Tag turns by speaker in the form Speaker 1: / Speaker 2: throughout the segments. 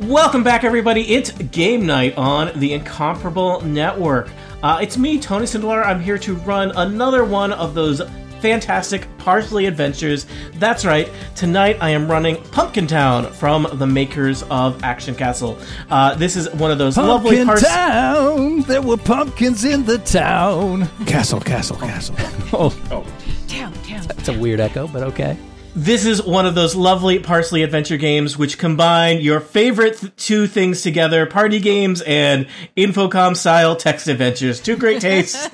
Speaker 1: Welcome back, everybody. It's game night on the Incomparable Network. Uh, it's me, Tony Sindler. I'm here to run another one of those fantastic parsley adventures. That's right, tonight I am running Pumpkin Town from the makers of Action Castle. Uh, this is one of those lovely
Speaker 2: Pumpkin
Speaker 1: parsley.
Speaker 2: town. There were pumpkins in the town.
Speaker 3: Castle, castle, castle.
Speaker 4: Town, town.
Speaker 2: It's a weird echo, but okay.
Speaker 1: This is one of those lovely parsley adventure games which combine your favorite th- two things together party games and infocom style text adventures. Two great tastes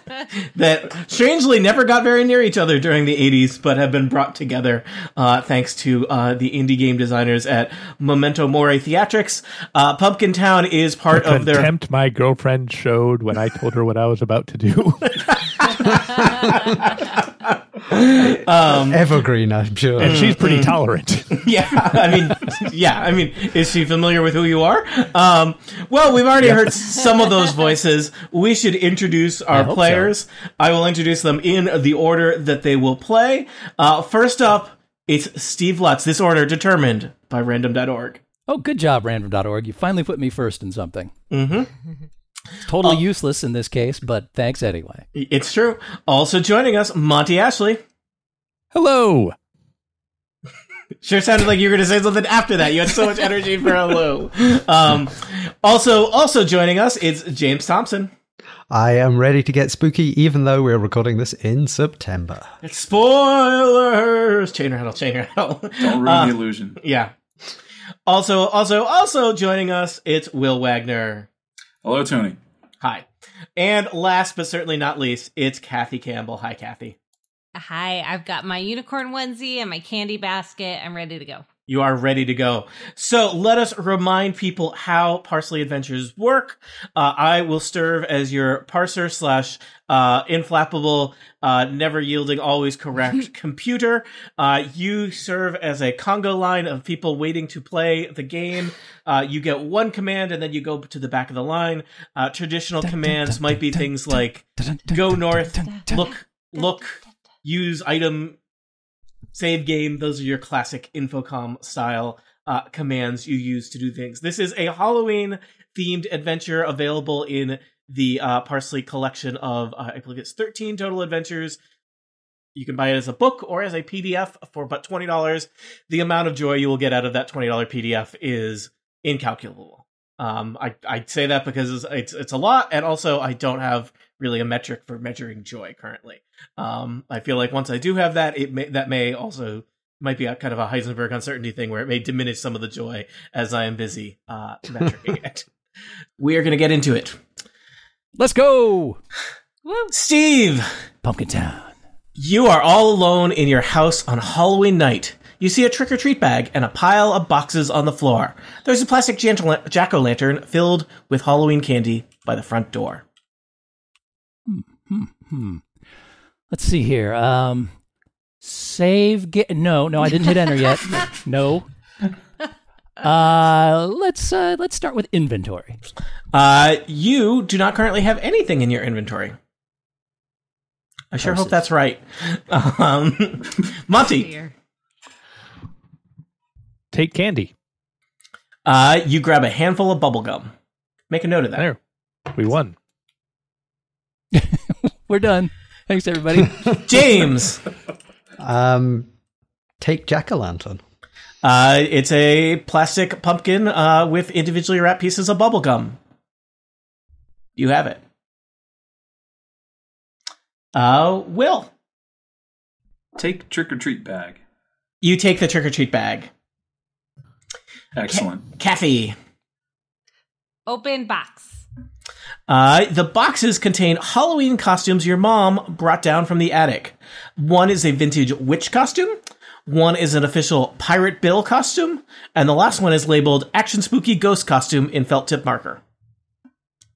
Speaker 1: that strangely never got very near each other during the 80s, but have been brought together uh, thanks to uh, the indie game designers at Memento Mori Theatrics. Uh, Pumpkin Town is part of their.
Speaker 5: contempt my girlfriend showed when I told her what I was about to do.
Speaker 3: Evergreen, I'm sure.
Speaker 5: and she's pretty tolerant.
Speaker 1: Yeah, I mean, yeah, I mean, is she familiar with who you are? Um, well, we've already heard some of those voices. We should introduce our
Speaker 2: hope
Speaker 1: players. I will introduce them in the order that they will play. Uh, first up, it's Steve Lutz. This order determined by random.org.
Speaker 2: Oh, good job, random.org. You finally put me first in something. It's totally useless in this case, but thanks anyway.
Speaker 1: It's true. Also joining us, Monty Ashley.
Speaker 5: Hello.
Speaker 1: Sure sounded like you were going to say something after that. You had so much energy for a low. Um, also, also joining us, it's James Thompson.
Speaker 3: I am ready to get spooky, even though we're recording this in September.
Speaker 1: Spoilers! Chain rattle, chain rattle.
Speaker 6: Don't ruin the illusion.
Speaker 1: yeah. Also, also, also joining us, it's Will Wagner.
Speaker 6: Hello, Tony.
Speaker 1: Hi. And last but certainly not least, it's Kathy Campbell. Hi, Kathy.
Speaker 4: Hi, I've got my unicorn onesie and my candy basket. I'm ready to go.
Speaker 1: You are ready to go. So let us remind people how Parsley Adventures work. Uh, I will serve as your parser slash uh, inflappable, uh, never yielding, always correct computer. Uh, you serve as a Congo line of people waiting to play the game. Uh, you get one command and then you go to the back of the line. Uh, traditional commands might be things like go north, look, look, use item save game. Those are your classic Infocom style uh, commands you use to do things. This is a Halloween themed adventure available in the uh, Parsley collection of, uh, I believe it's 13 total adventures. You can buy it as a book or as a PDF for about $20. The amount of joy you will get out of that $20 PDF is incalculable. Um, I, I say that because it's, it's, it's a lot, and also I don't have really a metric for measuring joy currently. Um, I feel like once I do have that, it may, that may also might be a kind of a Heisenberg uncertainty thing where it may diminish some of the joy as I am busy uh, metricing it. We are going to get into it.
Speaker 2: Let's go!
Speaker 1: Steve,
Speaker 2: Pumpkin Town.
Speaker 1: you are all alone in your house on Halloween night. You see a trick or treat bag and a pile of boxes on the floor. There's a plastic jack o' lantern filled with Halloween candy by the front door.
Speaker 2: Let's see here. Um, save ga- No, no, I didn't hit enter yet. No. Uh, let's uh, let's start with inventory.
Speaker 1: Uh, you do not currently have anything in your inventory. I sure hope that's right. Um, Monty,
Speaker 4: Dear.
Speaker 5: Take candy.
Speaker 1: uh, you grab a handful of bubblegum. Make a note of that.
Speaker 5: There. We won.
Speaker 2: We're done. Thanks everybody.
Speaker 1: James,
Speaker 3: Um, take jack o' lantern.
Speaker 1: uh, it's a plastic pumpkin uh, with individually wrapped pieces of bubblegum. You have it. Uh, Will,
Speaker 6: Take trick or treat bag.
Speaker 1: you take the trick or treat bag.
Speaker 6: Excellent.
Speaker 1: Kathy,
Speaker 4: Open box.
Speaker 1: Uh, the boxes contain Halloween costumes your mom brought down from the attic. One is a vintage witch costume, one is an official Pirate Bill costume, and the last one is labeled Action Spooky Ghost Costume in felt tip marker.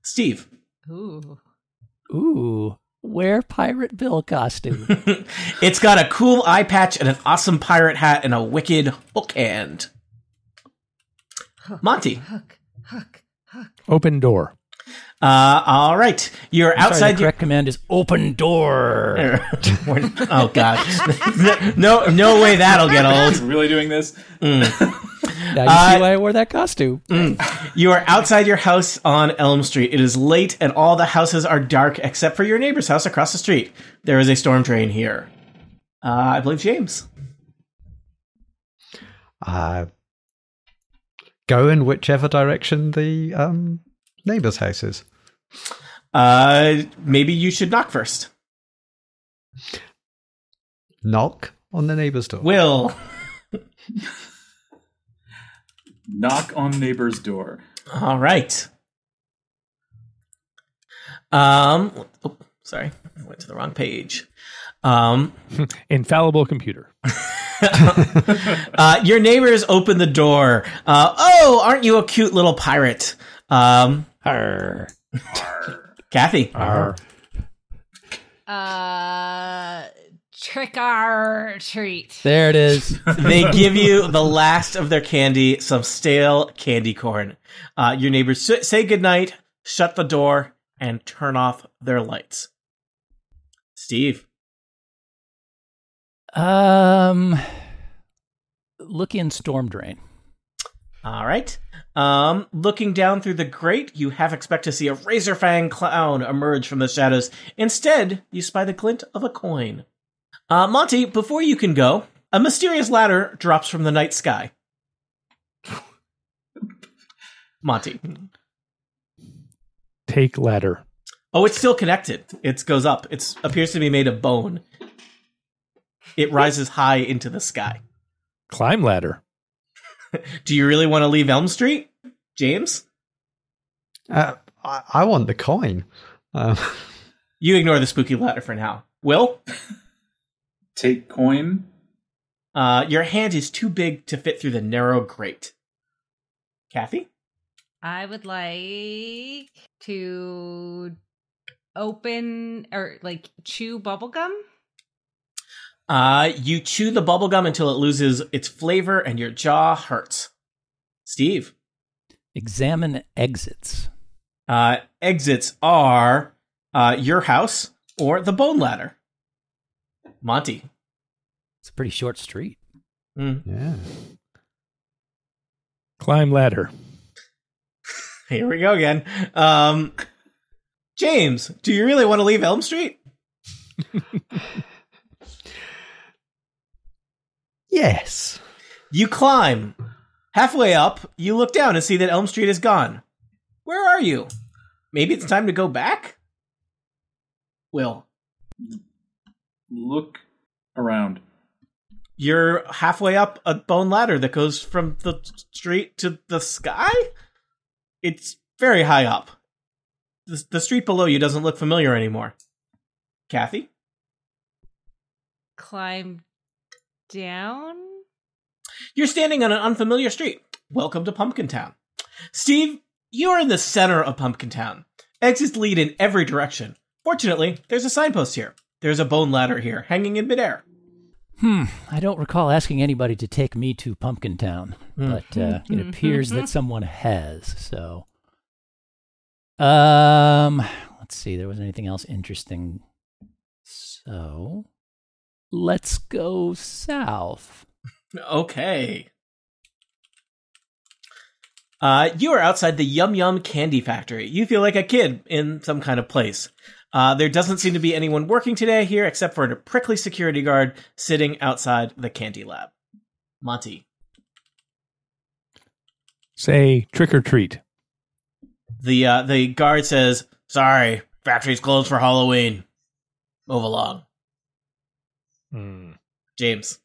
Speaker 1: Steve,
Speaker 4: Ooh.
Speaker 2: Ooh, wear Pirate Bill costume.
Speaker 1: it's got a cool eye patch and an awesome pirate hat and a wicked hook hand. Monty,
Speaker 4: Hook, hook, hook.
Speaker 5: Open door.
Speaker 1: uh, all right, you're
Speaker 2: I'm sorry,
Speaker 1: outside.
Speaker 2: the
Speaker 1: your-
Speaker 2: correct command is open door.
Speaker 1: We're- oh God, no, no way that'll get old.
Speaker 6: Really doing this?
Speaker 2: Now you
Speaker 1: Uh,
Speaker 2: see why I wore that costume.
Speaker 1: You are outside your house on Elm Street. It is late and all the houses are dark except for your neighbor's house across the street. There is a storm drain here. Uh, I believe James.
Speaker 3: Uh, go in whichever direction the um, neighbor's house is.
Speaker 1: Uh, maybe you should knock first.
Speaker 3: Knock on the neighbor's door.
Speaker 1: Will.
Speaker 6: Knock on neighbor's door.
Speaker 1: All right. Um, oh, sorry, I went to the wrong page. Um,
Speaker 5: Infallible computer.
Speaker 1: uh, your neighbors open the door. Uh, oh, aren't you a cute little pirate? Um,
Speaker 2: Arr.
Speaker 1: Kathy.
Speaker 5: Uh-huh.
Speaker 4: Uh, trick or treat.
Speaker 2: There it is.
Speaker 1: they give you the last of their candy, some stale candy corn. Uh, your neighbors s- say goodnight, shut the door, and turn off their lights. Steve.
Speaker 2: Um, look in storm drain.
Speaker 1: All right. Um, looking down through the grate, you half expect to see a razor fang clown emerge from the shadows. Instead, you spy the glint of a coin. Uh, Monty, before you can go, a mysterious ladder drops from the night sky. Monty.
Speaker 5: Take ladder.
Speaker 1: Oh, it's still connected. It goes up. It appears to be made of bone. It rises high into the sky.
Speaker 5: Climb ladder.
Speaker 1: Do you really want to leave Elm Street, James?
Speaker 3: Uh, I, I want the coin. Um,
Speaker 1: You ignore the spooky ladder for now. Will,
Speaker 6: Take coin.
Speaker 1: uh, your hand is too big to fit through the narrow grate. Kathy,
Speaker 4: I would like to open or like chew bubblegum.
Speaker 1: uh, you chew the bubblegum until it loses its flavor and your jaw hurts. Steve,
Speaker 2: Examine exits.
Speaker 1: uh, exits are uh, your house or the bone ladder. Monty.
Speaker 2: It's a pretty short street.
Speaker 1: Mm.
Speaker 3: yeah.
Speaker 5: Climb ladder.
Speaker 1: Here we go again. Um, James, do you really want to leave Elm Street?
Speaker 3: Yes.
Speaker 1: You climb. Halfway up, you look down and see that Elm Street is gone. Where are you? Maybe it's time to go back? Will,
Speaker 6: Look around.
Speaker 1: you're halfway up a bone ladder that goes from the street to the sky? It's very high up. The, the street below you doesn't look familiar anymore. Kathy?
Speaker 4: Climb down.
Speaker 1: You're standing on an unfamiliar street. Welcome to Pumpkin Town. Steve, you're in the center of Pumpkin Town. Exits lead in every direction. Fortunately, there's a signpost here. There's a bone ladder here, hanging in midair.
Speaker 2: Hmm. I don't recall asking anybody to take me to Pumpkin Town, but uh, it appears that someone has. So, um, let's see. There was anything else interesting? So, let's go south.
Speaker 1: Okay. Uh, you are outside the Yum Yum Candy Factory. You feel like a kid in some kind of place. Uh, there doesn't seem to be anyone working today here except for a prickly security guard sitting outside the candy lab. Monty.
Speaker 5: Say trick or treat.
Speaker 1: the uh, the guard says, "Sorry, factory's closed for Halloween. Move along,
Speaker 5: Hmm.
Speaker 1: James.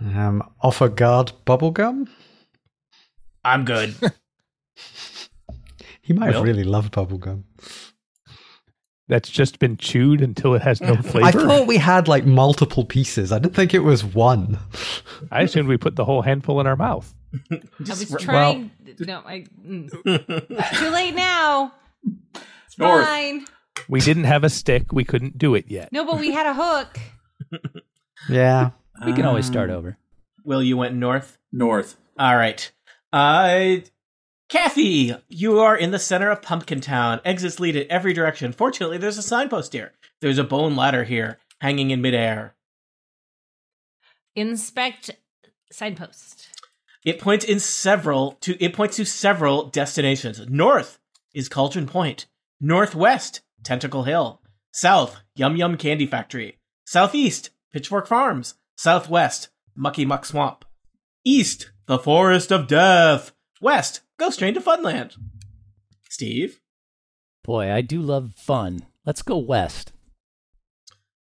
Speaker 3: Um, offer guard bubblegum.
Speaker 1: I'm good.
Speaker 3: He might
Speaker 1: Will?
Speaker 3: have really loved bubblegum.
Speaker 5: That's just been chewed until it has no flavor.
Speaker 3: I thought we had like multiple pieces. I didn't think it was one.
Speaker 5: I assumed we put the whole handful in our mouth.
Speaker 4: I was
Speaker 1: r-
Speaker 4: trying. no, I. mm. It's too late now. It's
Speaker 6: North.
Speaker 4: fine.
Speaker 5: We didn't have a stick. We couldn't do it yet.
Speaker 4: No, but we had a hook.
Speaker 3: Yeah.
Speaker 2: We can always
Speaker 6: Um,
Speaker 2: start over.
Speaker 1: Will you went north?
Speaker 6: North.
Speaker 1: All right. Uh, Kathy, you are in the center of Pumpkin Town. Exits lead in every direction. Fortunately, there's a signpost here. There's a bone ladder here, hanging in midair.
Speaker 4: Inspect signpost.
Speaker 1: It points in several to it points to several destinations. North is Cauldron Point. Northwest, Tentacle Hill. South, Yum Yum Candy Factory. Southeast, Pitchfork Farms. Southwest, Mucky Muck Swamp. East, the Forest of Death. West, Ghost Train to Funland. Steve.
Speaker 2: Boy, I do love fun. Let's go west.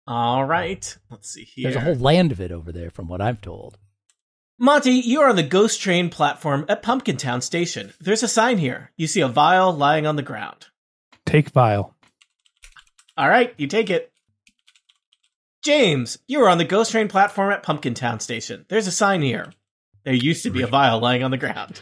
Speaker 1: All right. Let's see here.
Speaker 2: There's a whole land of it over there, from what I'm told.
Speaker 1: Monty, you are on the ghost train platform at Pumpkin Town Station. There's a sign here. You see a vial lying on the ground.
Speaker 5: Take vial.
Speaker 1: All right, you take it. James, you are on the ghost train platform at Pumpkin Town Station. There's a sign here. There used to be a vial lying on the ground.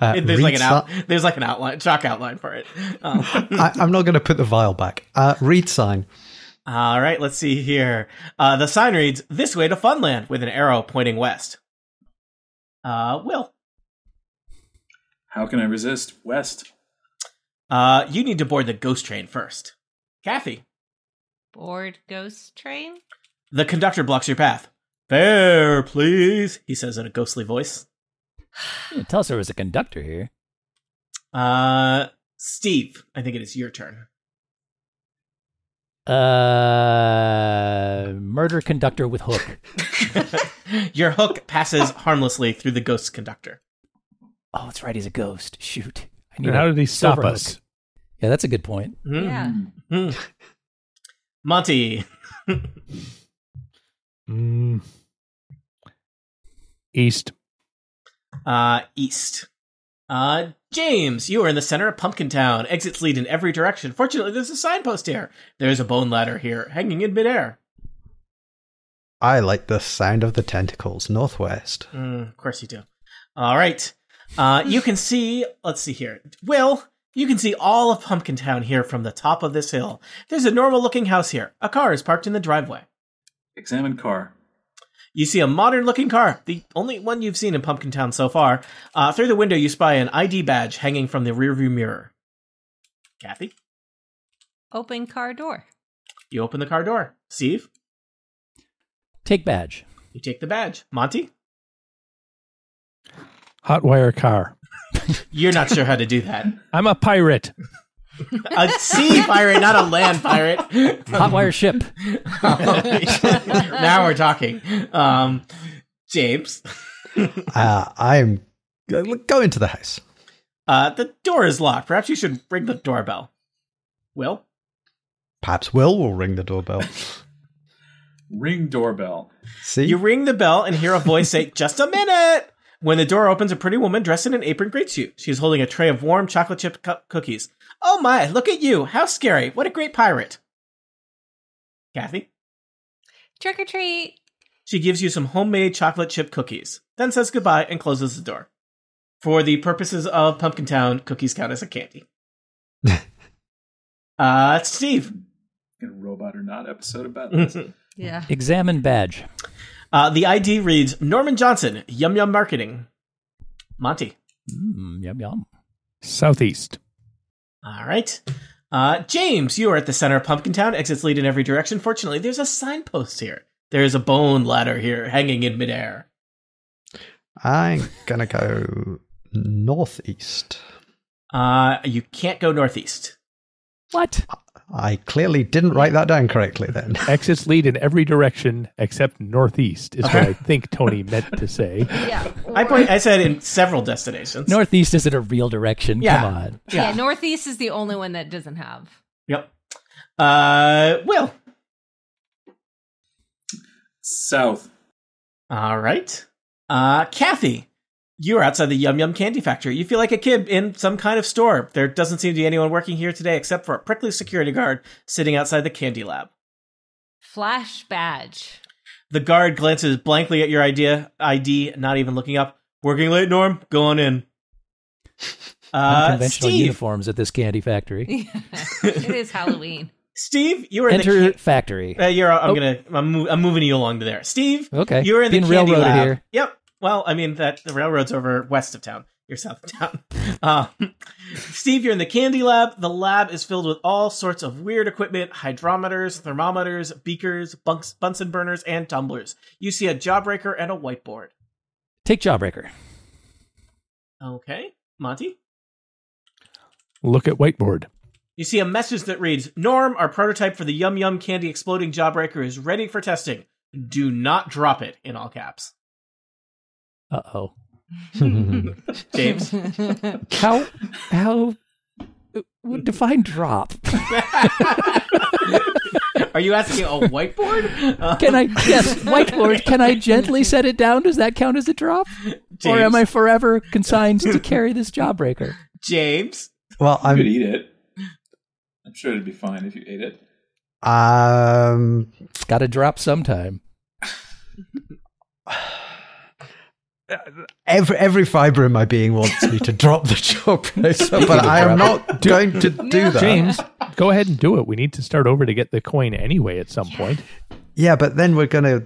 Speaker 3: Uh,
Speaker 1: It- there's like
Speaker 3: read
Speaker 1: an out,
Speaker 3: si-
Speaker 1: there's like an outline, chalk outline for it. Um,
Speaker 3: I, I'm not going to put the vial back. Uh, read sign.
Speaker 1: all right, let's see here. Uh, the sign reads "This way to Funland" with an arrow pointing west. Uh, Will,
Speaker 6: How can I resist? West.
Speaker 1: uh, you need to board the ghost train first. Kathy,
Speaker 4: Board ghost train?
Speaker 1: The conductor blocks your path. Fair, please, he says in a ghostly voice.
Speaker 2: Yeah, Tell us there was a conductor here.
Speaker 1: Uh, Steve, I think it is your turn.
Speaker 2: Uh, murder conductor with hook.
Speaker 1: your hook passes harmlessly through the ghost conductor.
Speaker 2: Oh, that's right. He's a ghost. Shoot. I
Speaker 5: And
Speaker 2: a
Speaker 5: how did he stop
Speaker 2: silver
Speaker 5: us?
Speaker 2: hook. Yeah, that's a good point.
Speaker 1: Mm.
Speaker 4: Yeah.
Speaker 6: Mm.
Speaker 1: Mm. Monty,
Speaker 5: Mm. East.
Speaker 1: uh, east. Uh, James, you are in the center of Pumpkin Town. Exits lead in every direction. Fortunately, there's a signpost here. There's a bone ladder here, hanging in midair.
Speaker 3: I like the sound of the tentacles. Northwest.
Speaker 1: Mm, of course you do. All right. Uh, you can see, let's see here. Will, you can see all of Pumpkin Town here from the top of this hill. There's a normal looking house here. A car is parked in the driveway.
Speaker 6: Examine car.
Speaker 1: You see a modern looking car, the only one you've seen in Pumpkin Town so far. Uh, through the window, you spy an ID badge hanging from the rearview mirror. Kathy,
Speaker 4: Open car door.
Speaker 1: you open the car door. Steve,
Speaker 2: Take badge.
Speaker 1: you take the badge. Monty,
Speaker 5: Hot wire car.
Speaker 1: you're not sure how to do that.
Speaker 5: I'm a pirate.
Speaker 1: A sea pirate, not a land pirate.
Speaker 2: Hot wire ship.
Speaker 1: now we're talking. Um, James,
Speaker 3: Uh, I'm go go into the house.
Speaker 1: uh, the door is locked. Perhaps you should ring the doorbell. Will,
Speaker 3: Perhaps Will will ring the doorbell.
Speaker 6: Ring doorbell.
Speaker 3: See,
Speaker 1: you ring the bell and hear a voice say, "Just a minute." When the door opens, a pretty woman dressed in an apron greets you. She's holding a tray of warm chocolate chip cu- cookies. Oh my! Look at you! How scary! What a great pirate! Kathy,
Speaker 4: Trick or treat.
Speaker 1: She gives you some homemade chocolate chip cookies, then says goodbye and closes the door. For the purposes of Pumpkin Town, cookies count as a candy. uh, Steve.
Speaker 6: In a robot or not episode about this.
Speaker 1: uh,
Speaker 4: Yeah.
Speaker 2: Examine badge.
Speaker 1: the ID reads Norman Johnson, Yum Yum Marketing. Monty.
Speaker 2: Mm, yum yum.
Speaker 5: Southeast.
Speaker 1: All right. Uh, James, you are at the center of Pumpkin Town. Exits lead in every direction. Fortunately, there's a signpost here. There is a bone ladder here hanging in midair.
Speaker 3: I'm gonna go northeast.
Speaker 1: Uh, you can't go northeast.
Speaker 2: What?
Speaker 3: I clearly didn't write that down correctly then.
Speaker 5: Exits lead in every direction except northeast, is what I think Tony meant to say.
Speaker 4: Yeah.
Speaker 1: I, point, I said in several destinations.
Speaker 2: Northeast isn't a real direction.
Speaker 1: Yeah.
Speaker 2: Come on.
Speaker 4: yeah. Northeast is the only one that doesn't have.
Speaker 1: Yep. Uh, Will.
Speaker 6: South.
Speaker 1: All right. Uh, Kathy, you're outside the Yum Yum Candy Factory. You feel like a kid in some kind of store. There doesn't seem to be anyone working here today except for a prickly security guard sitting outside the candy lab.
Speaker 4: Flash badge.
Speaker 1: The guard glances blankly at your idea ID, not even looking up. Working late, Norm. Go on in. Uh,
Speaker 2: Unconventional
Speaker 1: Steve,
Speaker 2: uniforms at this candy factory.
Speaker 4: it is Halloween.
Speaker 1: Steve, you are in the.
Speaker 2: Enter factory.
Speaker 1: ca- Uh, you're. I'm
Speaker 2: Oh.
Speaker 1: gonna. I'm, mo- I'm moving you along to there. Steve,
Speaker 2: Okay.
Speaker 1: You're in the
Speaker 2: Being
Speaker 1: candy
Speaker 2: railroaded
Speaker 1: lab.
Speaker 2: here.
Speaker 1: Yep. Well, I mean that the railroad's over west of town. You're south of town. Um, Steve, you're in the candy lab. The lab is filled with all sorts of weird equipment hydrometers, thermometers, beakers, bunks, Bunsen burners, and tumblers. You see a jawbreaker and a whiteboard.
Speaker 2: Take Jawbreaker.
Speaker 1: Okay. Monty?
Speaker 5: Look at whiteboard.
Speaker 1: You see a message that reads Norm, our prototype for the Yum Yum Candy Exploding Jawbreaker is ready for testing. Do not drop it, in all caps.
Speaker 2: Uh oh.
Speaker 1: James?
Speaker 2: How? How? Define drop.
Speaker 1: Are you asking a whiteboard? Uh,
Speaker 2: Can I? Yes, whiteboard. Can I gently set it down? Does that count as a drop? Or
Speaker 1: James?
Speaker 2: am I forever consigned to carry this jawbreaker?
Speaker 1: James?
Speaker 3: Well,
Speaker 6: You
Speaker 3: I'm.
Speaker 6: could eat it. I'm sure it'd be fine if you ate it.
Speaker 3: Um,
Speaker 2: Got to drop sometime.
Speaker 3: every every fiber in my being wants me to drop the jawbreaker, but I am not going to do that.
Speaker 5: James, go ahead and do it. We need to start over to get the coin anyway at some point.
Speaker 3: Yeah, but then we're gonna.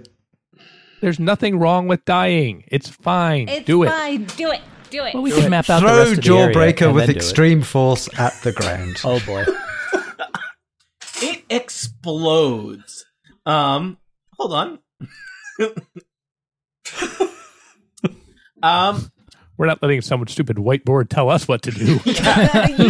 Speaker 5: There's nothing wrong with dying. It's fine.
Speaker 4: It's
Speaker 5: do it.
Speaker 4: fine. Do it. Do it.
Speaker 2: Well, we can map out the
Speaker 3: Throw
Speaker 2: rest of the area
Speaker 3: jawbreaker
Speaker 2: and
Speaker 3: with
Speaker 2: then do it.
Speaker 3: extreme force at the ground.
Speaker 2: Oh boy.
Speaker 1: It explodes. Um, hold on. um,
Speaker 5: We're not letting someone stupid whiteboard tell us what to do.
Speaker 4: you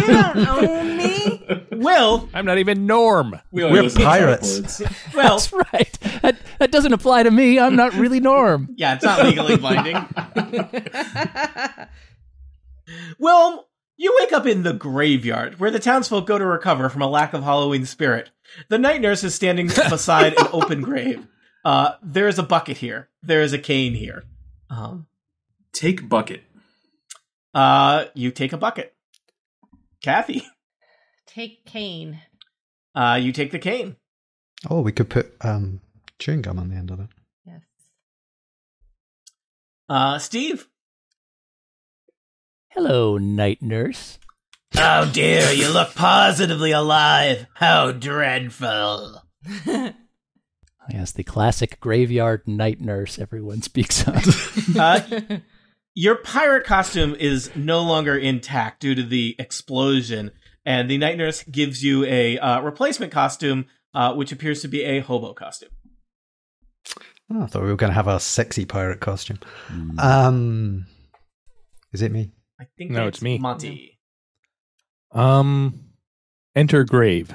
Speaker 4: don't own me.
Speaker 1: well,
Speaker 5: I'm not even Norm.
Speaker 6: We only
Speaker 3: We're
Speaker 6: listen to
Speaker 3: pirates.
Speaker 6: chalkboards.
Speaker 1: well,
Speaker 2: That's right. That, that doesn't apply to me. I'm not really Norm.
Speaker 1: yeah, it's not legally binding. Well, you wake up in the graveyard, where the townsfolk go to recover from a lack of Halloween spirit. The night nurse is standing beside an open grave. Uh, there is a bucket here. There is a cane here. Um,
Speaker 6: Take bucket.
Speaker 1: uh, you take a bucket. Kathy,
Speaker 4: Take Kane.
Speaker 1: uh, you take the cane.
Speaker 3: Oh, we could put um, chewing gum on the end of it.
Speaker 4: Yes.
Speaker 1: Uh, Steve.
Speaker 2: Hello, night nurse.
Speaker 1: How dare you look positively alive? How dreadful.
Speaker 2: Yes, the classic graveyard night nurse everyone speaks of.
Speaker 1: Uh, your pirate costume is no longer intact due to the explosion, and the night nurse gives you a uh, replacement costume, uh, which appears to be a hobo costume.
Speaker 3: Oh, I thought we were going to have our sexy pirate costume.
Speaker 2: Hmm.
Speaker 3: Um, is it me?
Speaker 1: I think
Speaker 5: No,
Speaker 1: that's
Speaker 5: it's me.
Speaker 1: Monty.
Speaker 5: Um, enter grave.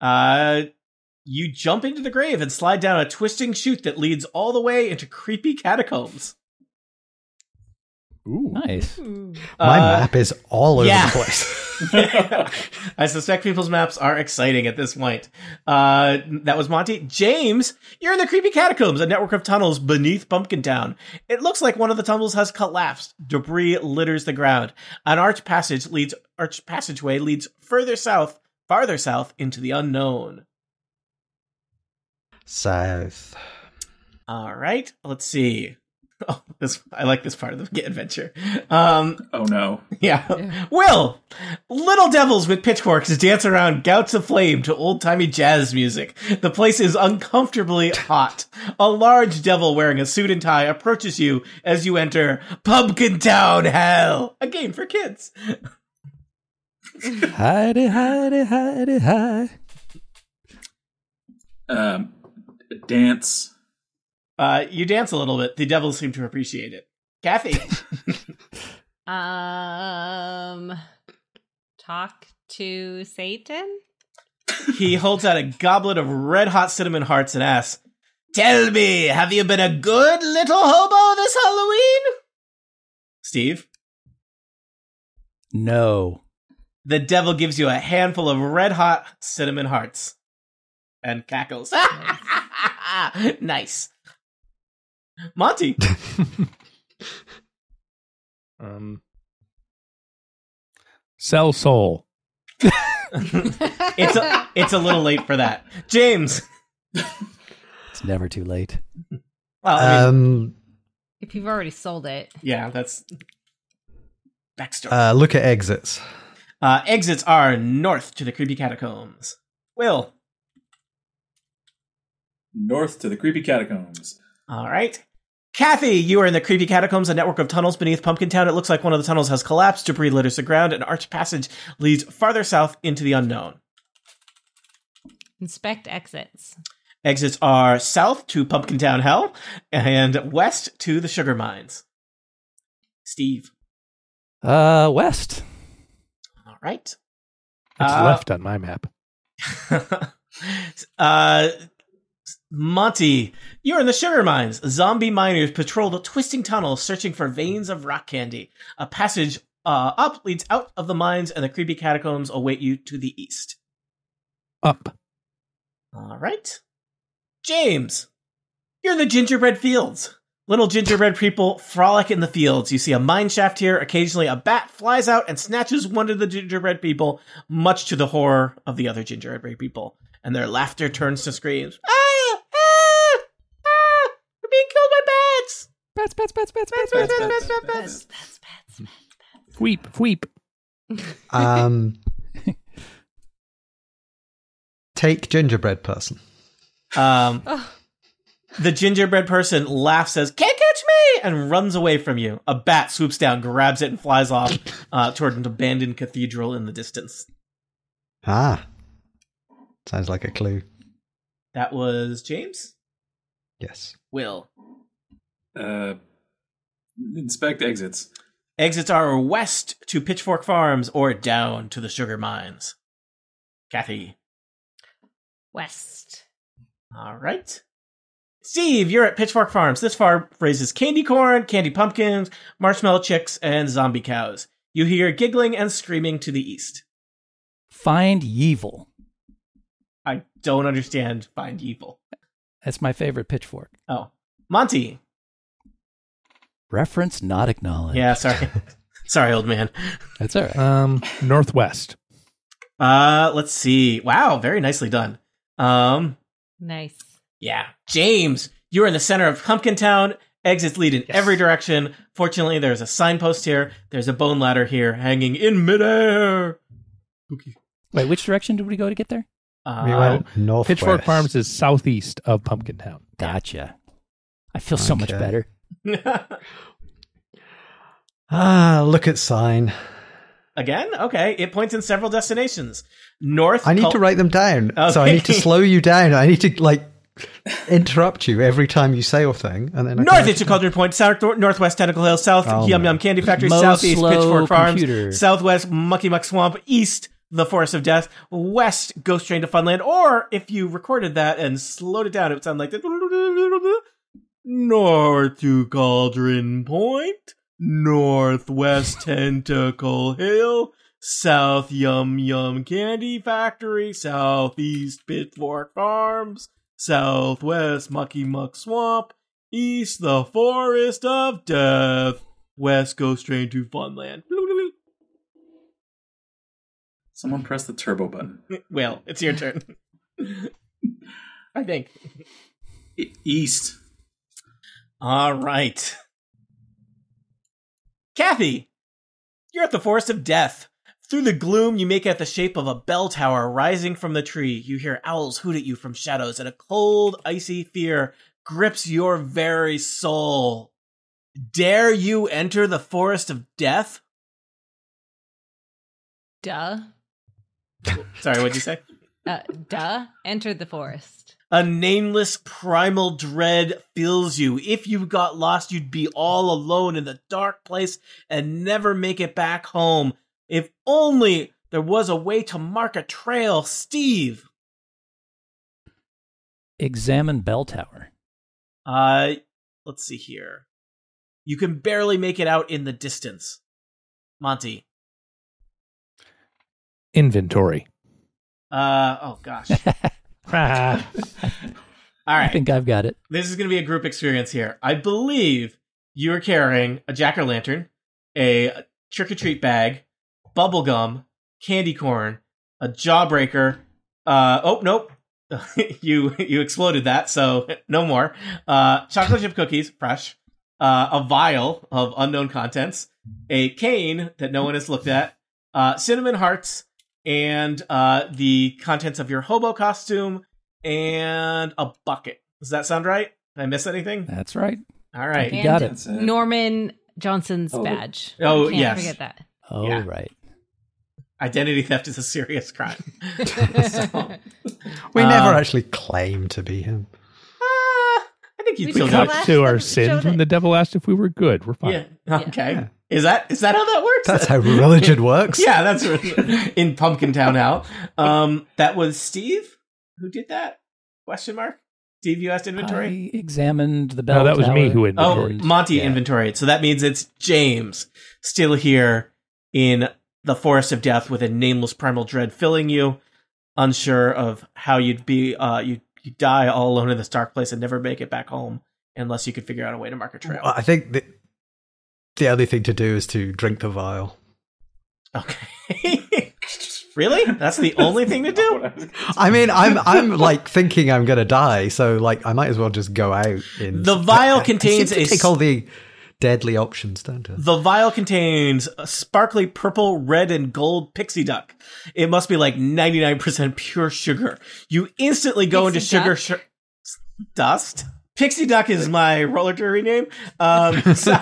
Speaker 1: Uh, you jump into the grave and slide down a twisting chute that leads all the way into creepy catacombs.
Speaker 5: Ooh.
Speaker 2: Nice.
Speaker 4: Hmm.
Speaker 3: My
Speaker 1: Uh,
Speaker 3: map is all over
Speaker 1: yeah.
Speaker 3: the place.
Speaker 1: I suspect people's maps are exciting at this point. Uh, that was Monty. James, you're in the creepy catacombs, a network of tunnels beneath Pumpkin Town. It looks like one of the tunnels has collapsed. Debris litters the ground. An arch passage leads arch passageway leads further south, farther south into the unknown.
Speaker 3: South.
Speaker 1: All right, let's see. Oh, this I like this part of the adventure. Um,
Speaker 6: Oh no.
Speaker 1: Yeah. Will, little devils with pitchforks dance around gouts of flame to old timey jazz music. The place is uncomfortably hot. A large devil wearing a suit and tie approaches you as you enter Pumpkin Town Hell, a game for kids.
Speaker 2: Hidey, hidey, hidey, hi.
Speaker 6: Um, dance.
Speaker 1: Uh, you dance a little bit. The devils seem to appreciate it. Kathy,
Speaker 4: Um, talk to Satan.
Speaker 1: he holds out a goblet of red hot cinnamon hearts and asks, Tell me, have you been a good little hobo this Halloween? Steve?
Speaker 2: No.
Speaker 1: The devil gives you a handful of red hot cinnamon hearts and cackles. nice. Monty.
Speaker 5: Um, sell soul.
Speaker 1: It's a, it's a little late for that. James.
Speaker 2: It's never too late.
Speaker 1: Well, I mean,
Speaker 3: Um,
Speaker 4: if you've already sold it.
Speaker 1: yeah, that's backstory. Uh,
Speaker 3: uh, look at exits.
Speaker 1: exits are north to the creepy catacombs. Will.
Speaker 6: North to the creepy catacombs.
Speaker 1: All right. Kathy, you are in the creepy catacombs, a network of tunnels beneath Pumpkin Town. It looks like one of the tunnels has collapsed, debris litters the ground, an arched passage leads farther south into the unknown.
Speaker 4: Inspect exits.
Speaker 1: Exits are south to Pumpkin Town Hell and west to the sugar mines. Steve.
Speaker 2: Uh, west.
Speaker 1: All right.
Speaker 5: It's
Speaker 1: Uh,
Speaker 5: left on my map.
Speaker 1: uh, Monty, you're in the sugar mines. Zombie miners patrol the twisting tunnels, searching for veins of rock candy. A passage uh, up leads out of the mines, and the creepy catacombs await you to the east.
Speaker 5: Up.
Speaker 1: All right. James, you're in the gingerbread fields. Little gingerbread people frolic in the fields. You see a mine shaft here. Occasionally, a bat flies out and snatches one of the gingerbread people, much to the horror of the other gingerbread people. And their laughter turns to screams. Ah! Ah! Ah! We're being killed by bats!
Speaker 2: Bats, bats, bats, bats, bats,
Speaker 6: Bats,
Speaker 2: bats.
Speaker 6: bats, bats,
Speaker 4: That's
Speaker 6: bats.
Speaker 4: that's bad.
Speaker 5: Sweep, sweep.
Speaker 3: Um, take gingerbread person.
Speaker 1: Um,
Speaker 4: Ugh.
Speaker 1: the gingerbread person laughs, says, Can't catch me! and runs away from you. A bat swoops down, grabs it, and flies off uh, toward an abandoned cathedral in the distance.
Speaker 3: Ah, sounds like a clue.
Speaker 1: That was James?
Speaker 3: Yes.
Speaker 1: Will.
Speaker 6: Uh, inspect exits.
Speaker 1: Exits are west to Pitchfork Farms or down to the sugar mines. Kathy.
Speaker 4: West.
Speaker 1: All right. Steve, you're at Pitchfork Farms. This farm raises candy corn, candy pumpkins, marshmallow chicks, and zombie cows. You hear giggling and screaming to the east.
Speaker 2: Find Yeevil.
Speaker 1: I don't understand find evil.
Speaker 2: That's my favorite pitchfork.
Speaker 1: Oh. Monty.
Speaker 2: Reference not acknowledged.
Speaker 1: Yeah, sorry. sorry, old man.
Speaker 2: That's all right.
Speaker 5: Um, northwest.
Speaker 1: Uh, let's see. Wow, very nicely done. Um,
Speaker 4: Nice.
Speaker 1: Yeah. James, you're in the center of Pumpkin Town. Exits lead in
Speaker 5: Yes.
Speaker 1: every direction. Fortunately, there's a signpost here. There's a bone ladder here hanging in midair. Spooky.
Speaker 2: Wait, which direction did we go to get there?
Speaker 1: Uh,
Speaker 3: We went north.
Speaker 5: Pitchfork Farms is southeast of Pumpkin Town.
Speaker 2: Gotcha. I feel so much
Speaker 3: Okay.
Speaker 2: better.
Speaker 3: Ah, look at sign.
Speaker 1: Again? Okay. It points in several destinations. North.
Speaker 3: I need
Speaker 1: Col-
Speaker 3: to write them down. So I need to
Speaker 1: Okay.
Speaker 3: slow you down. I need to like interrupt you every time you say a thing, and then I
Speaker 1: North
Speaker 3: can-
Speaker 1: is to Cauldron Point, south, nor- northwest Tentacle Hill, south
Speaker 3: Oh,
Speaker 1: Yum
Speaker 3: no.
Speaker 1: Yum Candy Factory,
Speaker 2: Mo
Speaker 1: southeast
Speaker 2: slow
Speaker 1: Pitchfork Farms,
Speaker 2: computer.
Speaker 1: southwest Mucky Muck Swamp, east the Forest of Death, west Ghost Train to Funland. Or if you recorded that and slowed it down, it would sound like this. North to Cauldron Point, northwest Tentacle Hill, south Yum Yum Candy Factory, southeast Pitchfork Farms, southwest Mucky Muck Swamp. East the Forest of Death. West Ghost Train to Funland.
Speaker 6: Someone press the turbo button.
Speaker 1: Well, it's your turn. I think.
Speaker 6: E- East.
Speaker 1: All right. Kathy, you're at the Forest of Death. Through the gloom, you make out the shape of a bell tower rising from the tree. You hear owls hoot at you from shadows, and a cold, icy fear grips your very soul. Dare you enter the Forest of Death?
Speaker 4: Duh.
Speaker 1: Sorry, what'd you say?
Speaker 4: Uh, duh. Entered the forest.
Speaker 1: A nameless primal dread fills you. If you got lost, you'd be all alone in the dark place and never make it back home. If only there was a way to mark a trail, Steve.
Speaker 2: Examine bell tower.
Speaker 1: Uh, let's see here. You can barely make it out in the distance. Monty.
Speaker 5: Inventory.
Speaker 1: Uh, oh gosh.
Speaker 5: Ah,
Speaker 1: All
Speaker 2: I
Speaker 1: right.
Speaker 2: think I've got it.
Speaker 1: this is going to be a group experience here. I believe you're carrying a jack o' lantern, a trick or treat bag, bubble gum, candy corn, a jawbreaker. Uh, oh nope, you you exploded that, so no more. Uh, chocolate chip cookies, fresh. Uh, a vial of unknown contents, a cane that no one has looked at, uh, cinnamon hearts, and uh, the contents of your hobo costume, and a bucket. Does that sound right? Did I miss anything?
Speaker 2: That's right.
Speaker 1: All right.
Speaker 2: You got it.
Speaker 6: That's it.
Speaker 4: Norman Johnson's
Speaker 6: Oh,
Speaker 4: badge.
Speaker 1: Oh,
Speaker 4: Can't
Speaker 1: yes.
Speaker 4: forget that.
Speaker 2: All right.
Speaker 1: Yeah. Identity theft is a serious crime. So-
Speaker 3: We never
Speaker 1: Um,
Speaker 3: actually claim to be him.
Speaker 1: Ah, I think
Speaker 4: We
Speaker 1: you'd
Speaker 5: We
Speaker 1: feel
Speaker 4: got
Speaker 1: good.
Speaker 4: last
Speaker 5: got to
Speaker 4: time
Speaker 5: our
Speaker 4: it showed
Speaker 5: sins when
Speaker 4: it.
Speaker 5: the devil asked if we were good. We're fine.
Speaker 1: Yeah.
Speaker 4: Yeah.
Speaker 1: Okay.
Speaker 3: Yeah.
Speaker 1: Is that is that how that works?
Speaker 3: That's how religion works.
Speaker 1: yeah, that's what- in Pumpkin Town now. Um, that was Steve who did that? Question mark. Steve, you asked inventory.
Speaker 2: I examined the bell.
Speaker 5: No, that was me
Speaker 2: tower.
Speaker 5: who
Speaker 1: Oh,
Speaker 5: inventoried.
Speaker 1: Monty
Speaker 2: Yeah.
Speaker 1: inventory. So that means it's James still here in the forest of death with a nameless primal dread filling you, unsure of how you'd be. Uh, you you die all alone in this dark place and never make it back home unless you could figure out a way to mark a trail.
Speaker 3: Well, I think the, the only thing to do is to drink the vial.
Speaker 1: Okay. really? That's the only thing to do?
Speaker 3: I mean, I'm I'm like thinking I'm gonna die, so like I might as well just go out. In
Speaker 1: The vial
Speaker 3: I- I seem
Speaker 1: contains
Speaker 3: to
Speaker 1: a
Speaker 3: take
Speaker 1: s-
Speaker 3: all the deadly options, don't it?
Speaker 1: The vial contains a sparkly purple, red, and gold pixie duck. It must be like 99% pure sugar. You instantly go
Speaker 4: Pixie
Speaker 1: into sugar
Speaker 4: duck?
Speaker 1: sh- dust. Pixie duck is my roller derby name. Um, so-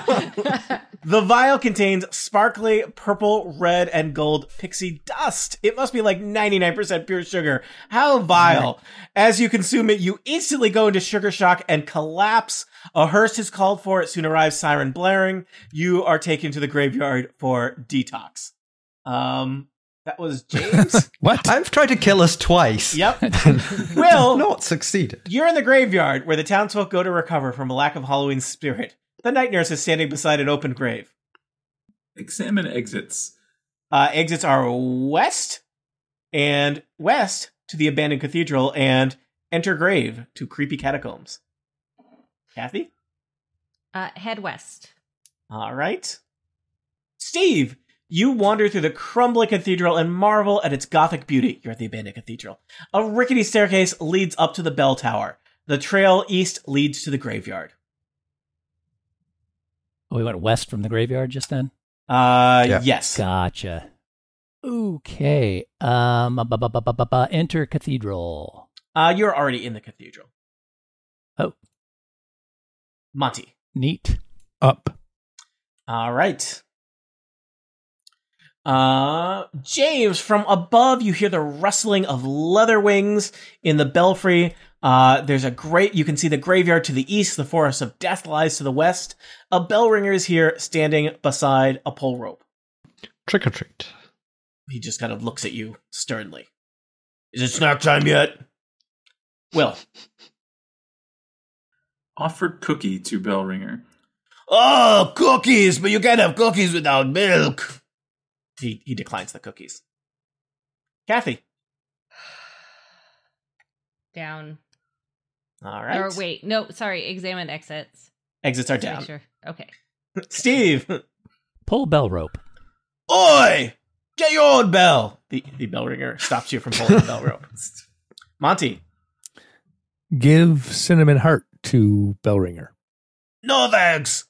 Speaker 1: the vial contains sparkly purple, red, and gold pixie dust. It must be like 99% pure sugar. How vile. As you consume it, you instantly go into sugar shock and collapse. A hearse is called for. It soon arrives, siren blaring. You are taken to the graveyard for detox. Um, that was James.
Speaker 5: What?
Speaker 3: I've tried to kill us twice.
Speaker 1: yep. Will.
Speaker 3: Will not succeeded.
Speaker 1: You're in the graveyard where the townsfolk go to recover from a lack of Halloween spirit. The night nurse is standing beside an open grave.
Speaker 6: Examine exits.
Speaker 1: Uh, exits are west and west to the abandoned cathedral and enter grave to creepy catacombs. Kathy?
Speaker 4: Uh, head west.
Speaker 1: All right. Steve, you wander through the crumbling cathedral and marvel at its gothic beauty. You're at the abandoned cathedral. A rickety staircase leads up to the bell tower. The trail east leads to the graveyard.
Speaker 2: Oh, we went west from the graveyard just then.
Speaker 1: Uh,
Speaker 3: Yeah.
Speaker 1: yes.
Speaker 2: Gotcha. Okay. Um. ba- ba- ba- ba- ba- ba. Enter cathedral.
Speaker 1: Uh, you're already in the cathedral.
Speaker 2: Oh.
Speaker 1: Monty.
Speaker 2: Neat.
Speaker 5: Up.
Speaker 1: All right. Uh, James, from above, you hear the rustling of leather wings in the belfry. Uh, there's a great, you can see the graveyard to the east, the forest of death lies to the west. A bell ringer is here standing beside a pole rope.
Speaker 3: Trick or treat.
Speaker 1: He just kind of looks at you sternly. Is it snack time yet? Will.
Speaker 6: Offered cookie to Bellringer.
Speaker 1: Oh, cookies, but you can't have cookies without milk. He he declines the cookies. Kathy.
Speaker 4: Down.
Speaker 1: All right.
Speaker 4: Or wait, no, sorry. Examine exits.
Speaker 1: Exits are
Speaker 4: Just make
Speaker 1: down.
Speaker 4: Sure. Okay.
Speaker 1: Steve.
Speaker 2: Pull bell rope.
Speaker 1: Oi! Get your own bell. The the bell ringer stops you from pulling the bell rope. Monty.
Speaker 5: Give cinnamon heart to Bellringer.
Speaker 1: No thanks.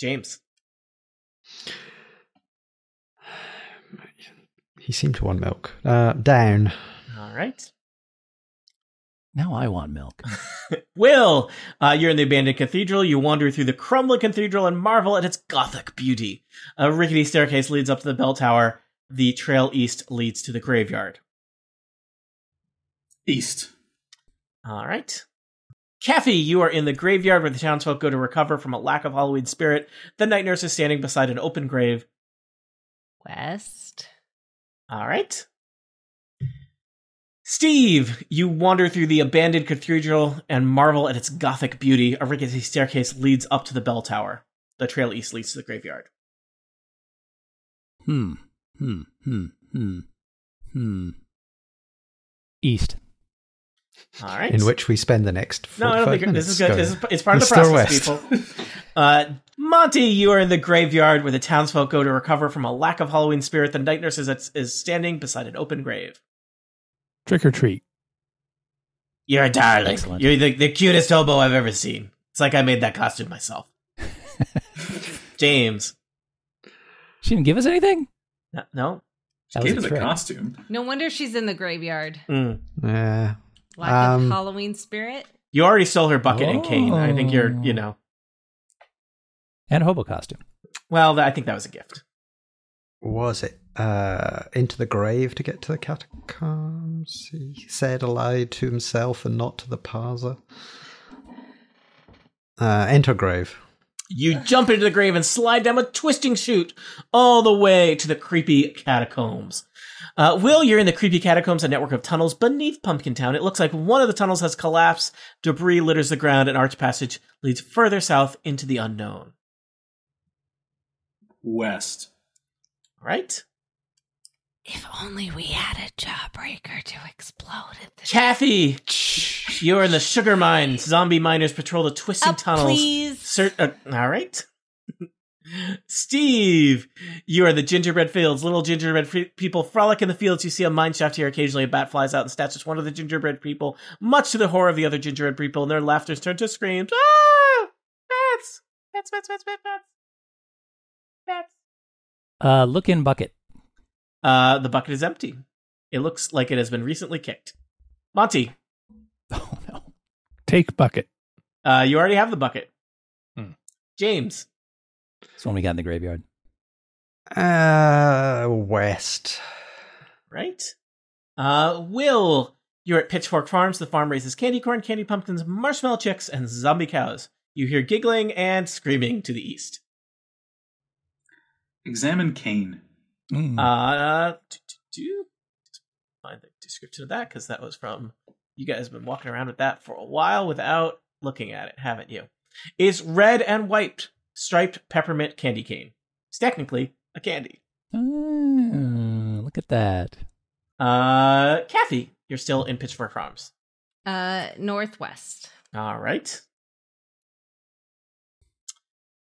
Speaker 1: James.
Speaker 3: He seemed to want milk. Uh, down.
Speaker 1: All right.
Speaker 2: Now I want milk.
Speaker 1: Will, uh, you're in the abandoned cathedral. You wander through the crumbling cathedral and marvel at its gothic beauty. A rickety staircase leads up to the bell tower. The trail east leads to the graveyard.
Speaker 6: East.
Speaker 1: All right. Kathy, you are in the graveyard where the townsfolk go to recover from a lack of Halloween spirit. The night nurse is standing beside an open grave.
Speaker 4: West.
Speaker 1: All right. Steve, you wander through the abandoned cathedral and marvel at its gothic beauty. A rickety staircase leads up to the bell tower. The trail east leads to the graveyard.
Speaker 2: Hmm. Hmm. Hmm. Hmm. Hmm. East.
Speaker 1: All right.
Speaker 3: In which we spend the next.
Speaker 1: no, I don't
Speaker 3: 45
Speaker 1: think
Speaker 3: minutes
Speaker 1: this is good.
Speaker 3: going.
Speaker 1: This is, it's part of the
Speaker 3: Mr.
Speaker 1: process, people. Uh, Monty, you are in the graveyard where the townsfolk go to recover from a lack of Halloween spirit. The night nurse is, is standing beside an open grave.
Speaker 5: Trick or treat.
Speaker 1: You're a darling.
Speaker 2: Excellent.
Speaker 1: You're the, the cutest hobo I've ever seen. It's like I made that costume myself. James.
Speaker 2: She didn't give us anything.
Speaker 1: No? no?
Speaker 2: That
Speaker 6: Gave
Speaker 2: was
Speaker 6: us
Speaker 2: a
Speaker 6: a
Speaker 2: trick.
Speaker 6: costume.
Speaker 4: No wonder she's in the graveyard.
Speaker 1: Mm.
Speaker 3: Yeah.
Speaker 4: Lack
Speaker 3: Um,
Speaker 4: of Halloween spirit.
Speaker 1: You already stole her bucket and cane. I think you're, you
Speaker 2: Oh.
Speaker 1: know.
Speaker 2: and a hobo costume.
Speaker 1: Well, that, I think that was a gift.
Speaker 3: Was it uh, into the grave to get to the catacombs? He said aloud to himself and not to the parser. Uh, enter grave.
Speaker 1: You jump into the grave and slide down a twisting chute all the way to the creepy catacombs. Uh, Will, you're in the creepy catacombs, a network of tunnels beneath Pumpkin Town. It looks like one of the tunnels has collapsed, debris litters the ground, and arch passage leads further south into the unknown.
Speaker 6: West.
Speaker 1: Right?
Speaker 4: If only we had a jawbreaker to explode at the
Speaker 1: Kathy, you're in the sugar mine. Zombie miners patrol the twisting
Speaker 4: Up,
Speaker 1: tunnels.
Speaker 4: Uh, please.
Speaker 1: Sir, uh, all right. Steve, you are the gingerbread fields. Little gingerbread fe- people frolic in the fields. You see a mine shaft here. Occasionally, a bat flies out and statues one of the gingerbread people, much to the horror of the other gingerbread people, and their laughter is turned to screams. Ah! Bats! Bats, bats, bats, bats, bats. Bats.
Speaker 2: Uh, look in bucket.
Speaker 1: Uh, the bucket is empty. It looks like it has been recently kicked. Monty,
Speaker 2: Oh no.
Speaker 5: Take bucket.
Speaker 1: uh, you already have the bucket.
Speaker 5: Hmm.
Speaker 1: James,
Speaker 2: It's one we got in the graveyard.
Speaker 3: Uh, west.
Speaker 1: right? Uh, Will, you're at Pitchfork Farms. The farm raises candy corn, candy pumpkins, marshmallow chicks, and zombie cows. You hear giggling and screaming to the east.
Speaker 6: Examine Kane.
Speaker 2: Mm.
Speaker 1: Uh, do, do, do. Just find the description of that because that was from you guys have been walking around with that for a while without looking at it, haven't you? It's red and white striped peppermint candy cane. It's technically a candy.
Speaker 2: Ah, look at that.
Speaker 1: Uh, Kathy, you're still in Pitchfork Farms.
Speaker 4: uh, northwest.
Speaker 1: All right.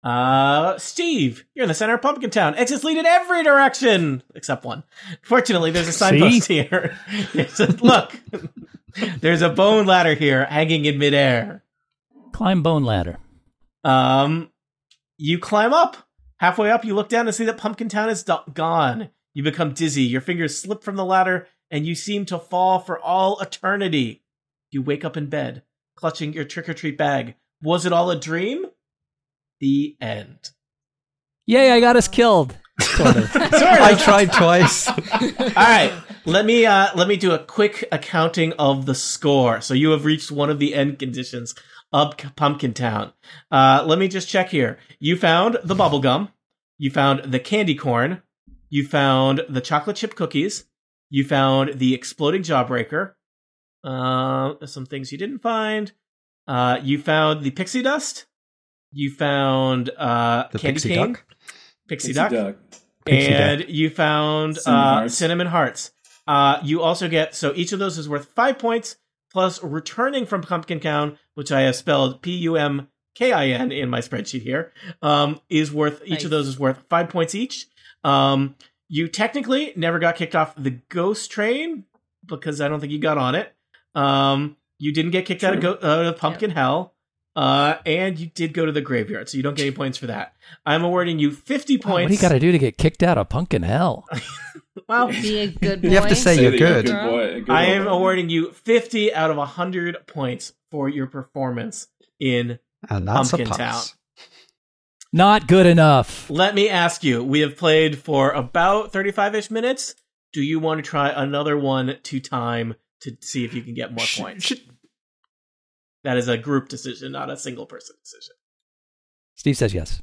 Speaker 1: Uh, Steve, you're in the center of Pumpkin Town. Exits lead in every direction except one. Fortunately, there's a signpost here. There's a, look, there's a bone ladder here hanging in midair.
Speaker 2: Climb bone ladder.
Speaker 1: Um, you climb up. Halfway up, you look down and see that Pumpkin Town is do- gone. You become dizzy. Your fingers slip from the ladder, and you seem to fall for all eternity. You wake up in bed, clutching your trick or treat bag. Was it all a dream? The end.
Speaker 2: Yay! I got us killed. Sort of.
Speaker 3: I tried twice.
Speaker 1: All right, let me uh, let me do a quick accounting of the score. So you have reached one of the end conditions of K- Pumpkin Town. Uh, let me just check here. You found the bubble gum. You found the candy corn. You found the chocolate chip cookies. You found the exploding jawbreaker. Uh, there's some things you didn't find. Uh, you found the pixie dust. You found uh,
Speaker 3: The
Speaker 1: candy
Speaker 3: pixie
Speaker 1: cane,
Speaker 3: duck.
Speaker 1: Pixie,
Speaker 6: Pixie
Speaker 1: duck
Speaker 6: duck.
Speaker 3: Pixie
Speaker 1: and you found
Speaker 6: Cinnamon
Speaker 1: uh,
Speaker 6: hearts.
Speaker 1: cinnamon hearts. Uh, you also get so each of those is worth five points plus returning from Pumpkin Town, which I have spelled P U M K I N in my spreadsheet here, um, is worth each
Speaker 4: Nice.
Speaker 1: of those is worth five points each. Um, you technically never got kicked off the ghost train because I don't think you got on it. Um, you didn't get kicked out of, go-
Speaker 6: True.
Speaker 1: out of Pumpkin Hell, uh, and you did go to the graveyard, so you don't get any points for that. I'm awarding you 50
Speaker 2: Wow, what
Speaker 1: points.
Speaker 2: do you got to do to get kicked out of pumpkin hell?
Speaker 1: well,
Speaker 4: Be a good boy.
Speaker 3: You have to say- Hey, you're
Speaker 6: that
Speaker 3: good.
Speaker 6: a boy, a good
Speaker 1: I am
Speaker 6: boy.
Speaker 1: awarding you 50 out of 100 points for your performance in.
Speaker 3: And that's
Speaker 1: Pumpkin
Speaker 3: a pass.
Speaker 1: Town.
Speaker 2: Not good enough.
Speaker 1: Let me ask you, we have played for about 35 ish minutes. Do you want to try another one to time to see if you can get more
Speaker 3: Sh-
Speaker 1: points?
Speaker 3: sh-
Speaker 1: that is a group decision, not a single person decision.
Speaker 2: Steve says yes.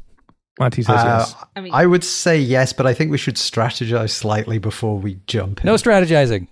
Speaker 5: Monty says
Speaker 3: uh,
Speaker 5: yes.
Speaker 4: I mean,
Speaker 3: I would say yes, but I think we should strategize slightly before we jump in.
Speaker 2: No strategizing.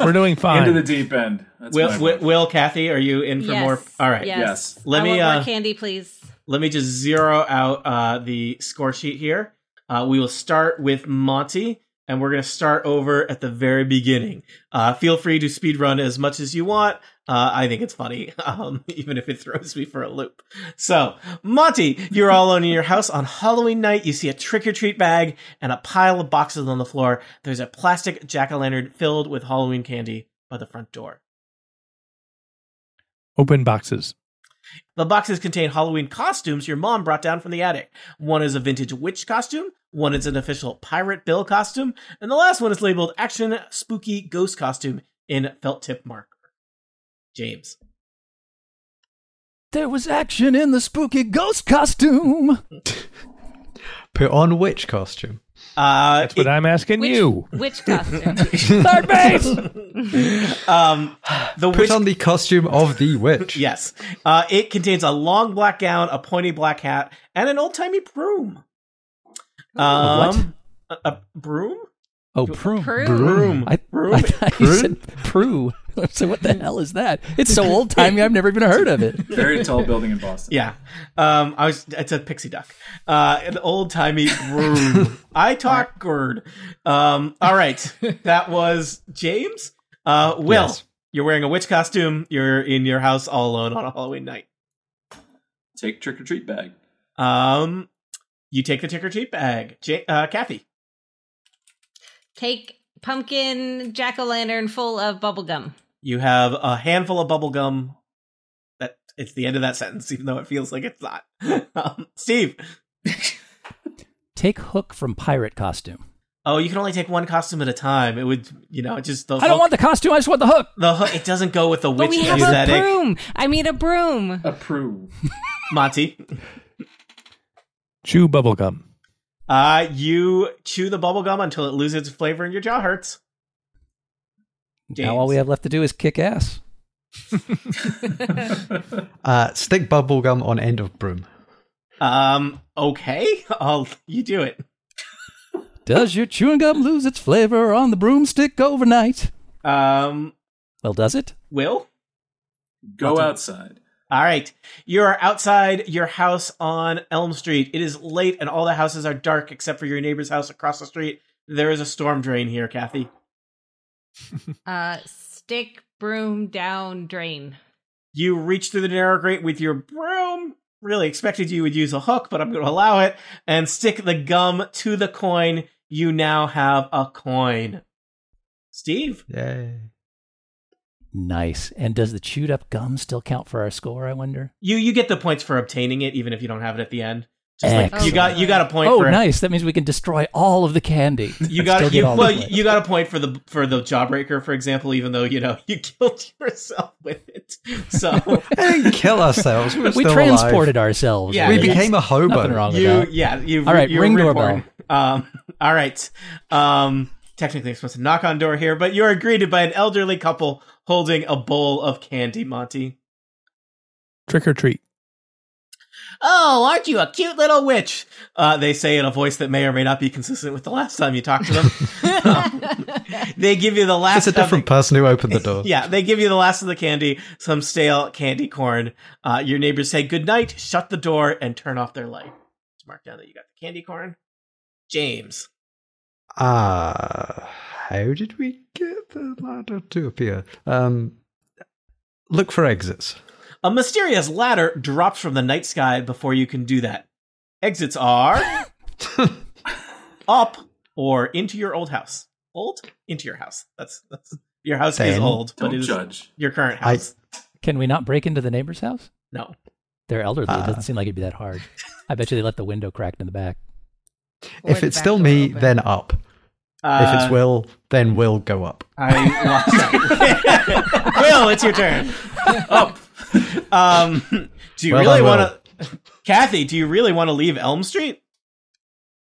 Speaker 5: We're doing fine.
Speaker 6: Into the deep end. That's
Speaker 1: Will,
Speaker 6: my
Speaker 1: Will,
Speaker 6: vote.
Speaker 1: Will, Kathy, are you in for
Speaker 4: Yes.
Speaker 1: more? All right.
Speaker 4: Yes.
Speaker 6: Yes.
Speaker 1: Let
Speaker 4: I
Speaker 1: me
Speaker 4: want
Speaker 1: uh,
Speaker 4: more candy, please.
Speaker 1: let me just zero out uh, the score sheet here. Uh, we will start with Monty, and we're going to start over at the very beginning. Uh, feel free to speed run as much as you want. Uh, I think it's funny, um, even if it throws me for a loop. So, Monty, you're all alone in your house on Halloween night. You see a trick or treat bag and a pile of boxes on the floor. There's a plastic jack o' lantern filled with Halloween candy by the front door.
Speaker 5: Open boxes.
Speaker 1: The boxes contain Halloween costumes your mom brought down from the attic. One is a vintage witch costume, one is an official Pirate Bill costume, and the last one is labeled Action Spooky Ghost Costume in felt tip marker. James.
Speaker 2: There was action in the spooky ghost costume.
Speaker 3: Put on which costume?
Speaker 1: Uh,
Speaker 5: That's what I'm asking
Speaker 4: Which,
Speaker 5: you.
Speaker 4: which costume?
Speaker 2: Third base.
Speaker 1: um, the
Speaker 3: Put
Speaker 1: witch
Speaker 3: on the costume of the witch.
Speaker 1: Yes. Uh, it contains a long black gown, a pointy black hat, and an old timey broom. Um, what? A, a broom?
Speaker 2: Oh, prune.
Speaker 4: Prue?
Speaker 1: Broom.
Speaker 2: I,
Speaker 1: Broom.
Speaker 2: I thought you said prue. so what the hell is that? It's so old timey. I've never even heard of it.
Speaker 6: Very tall building in Boston.
Speaker 1: yeah. Um, I was. It's a pixie duck. Uh, an old timey broom. I talk gourd. Um, all right. That was James. Uh, Will,
Speaker 3: Yes.
Speaker 1: you're wearing a witch costume. You're in your house all alone on a Halloween night.
Speaker 6: Take trick or treat bag.
Speaker 1: Um, you take the ticker cheap bag. J- uh, Kathy.
Speaker 4: Take pumpkin jack o' lantern full of bubblegum.
Speaker 1: You have a handful of bubble gum. That it's the end of that sentence, even though it feels like it's not. um, Steve.
Speaker 2: Take hook from pirate costume.
Speaker 1: Oh, you can only take one costume at a time. It would, you know, it just the
Speaker 2: I don't
Speaker 1: hook-
Speaker 2: want the costume. I just want the hook.
Speaker 1: the hook. It doesn't go with the
Speaker 4: But
Speaker 1: witch
Speaker 4: we have a
Speaker 1: aesthetic,
Speaker 4: broom. I mean a broom.
Speaker 6: Approve.
Speaker 1: Monty.
Speaker 5: Chew bubblegum.
Speaker 1: Uh, you chew the bubble gum until it loses its flavor and your jaw hurts.
Speaker 2: Now all
Speaker 1: James.
Speaker 2: we have left to do is kick ass.
Speaker 3: Uh, stick bubblegum on end of broom.
Speaker 1: Um, okay, I'll you do it.
Speaker 2: Does your chewing gum lose its flavor on the broomstick overnight?
Speaker 1: Um,
Speaker 2: Well, does it?
Speaker 1: Will.
Speaker 6: Go outside.
Speaker 1: All right. You are outside your house on Elm Street. It is late and all the houses are dark except for your neighbor's house across the street. There is a storm drain here, Kathy.
Speaker 4: Uh, stick broom down drain.
Speaker 1: You reach through the narrow grate with your broom. Really expected you would use a hook, but I'm going to allow it and stick the gum to the coin. You now have a coin. Steve?
Speaker 3: Yay.
Speaker 2: Nice. And does the chewed up gum still count for our score, I wonder?
Speaker 1: You you get the points for obtaining it even if you don't have it at the end. Just like you
Speaker 4: Excellent.
Speaker 1: got you got a point
Speaker 2: oh,
Speaker 1: for
Speaker 2: nice. That means we can destroy all of the candy.
Speaker 1: You
Speaker 2: and still
Speaker 1: got
Speaker 2: get
Speaker 1: you,
Speaker 2: all
Speaker 1: well,
Speaker 2: the points.
Speaker 1: you got a point for the for the jawbreaker, for example. Even though you know you killed yourself with it, so
Speaker 3: I didn't kill ourselves. We, were
Speaker 2: we
Speaker 3: still
Speaker 2: transported
Speaker 3: alive.
Speaker 2: ourselves.
Speaker 1: Yeah,
Speaker 3: We
Speaker 1: yeah.
Speaker 2: really.
Speaker 3: became a hobo.
Speaker 2: Nothing wrong with
Speaker 1: you
Speaker 2: that.
Speaker 1: yeah you
Speaker 2: All right,
Speaker 1: you're
Speaker 2: ring
Speaker 1: reborn.
Speaker 2: doorbell.
Speaker 1: Um, all right, um, technically I'm supposed to knock on door here, but you are greeted by an elderly couple holding a bowl of candy, Monty.
Speaker 5: Trick or treat.
Speaker 1: Oh, aren't you a cute little witch? Uh, they say in a voice that may or may not be consistent with the last time you talked to them. Um, they give you the last
Speaker 3: It's a
Speaker 1: of the-
Speaker 3: different person who opened the door.
Speaker 1: Yeah, they give you the last of the candy, some stale candy corn. Uh, your neighbors say good night, shut the door, and turn off their light. It's marked down that you got the candy corn. James.
Speaker 3: Ah, how did we get the ladder to appear? Um, look for exits.
Speaker 1: A mysterious ladder drops from the night sky before you can do that. Exits are up or into your old house. Old? Into your house. That's that's your house is
Speaker 3: Ben,
Speaker 1: old, but
Speaker 6: Don't
Speaker 1: it is
Speaker 6: judge.
Speaker 1: your current
Speaker 3: I-
Speaker 1: house.
Speaker 2: Can we not break into the neighbor's house?
Speaker 1: no.
Speaker 2: They're elderly. it
Speaker 3: Uh.
Speaker 2: doesn't seem like it'd be that hard. I bet you they left the window cracked in the back.
Speaker 3: if it's still me, then up. if
Speaker 1: Uh,
Speaker 3: it's Will, then Will go up.
Speaker 1: I lost that. Will, it's your turn. Up. Um, do you
Speaker 3: Well
Speaker 1: really
Speaker 3: done,
Speaker 1: want to, Kathy? Do you really want to leave Elm Street?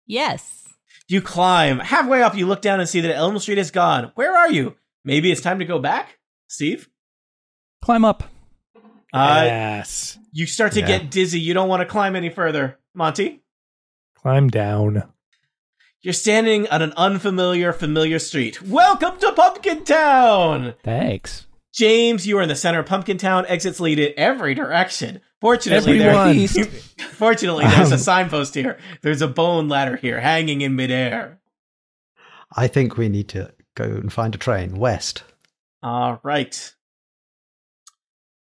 Speaker 4: yes.
Speaker 1: You climb halfway up. You look down and see that Elm Street is gone. Where are you? Maybe it's time to go back, Steve.
Speaker 2: Climb up.
Speaker 1: Uh,
Speaker 5: yes.
Speaker 1: you start to
Speaker 3: Yeah.
Speaker 1: get dizzy. You don't want to climb any further, Monty.
Speaker 5: Climb down.
Speaker 1: You're standing on an unfamiliar, familiar street. Welcome to Pumpkin Town.
Speaker 2: Thanks.
Speaker 1: James, you are in the center of Pumpkin Town. Exits lead in every direction. Fortunately,
Speaker 5: Everyone.
Speaker 1: there, fortunately, there's a signpost here. There's a bone ladder here, hanging in midair.
Speaker 3: I think we need to go and find a train west.
Speaker 1: All right.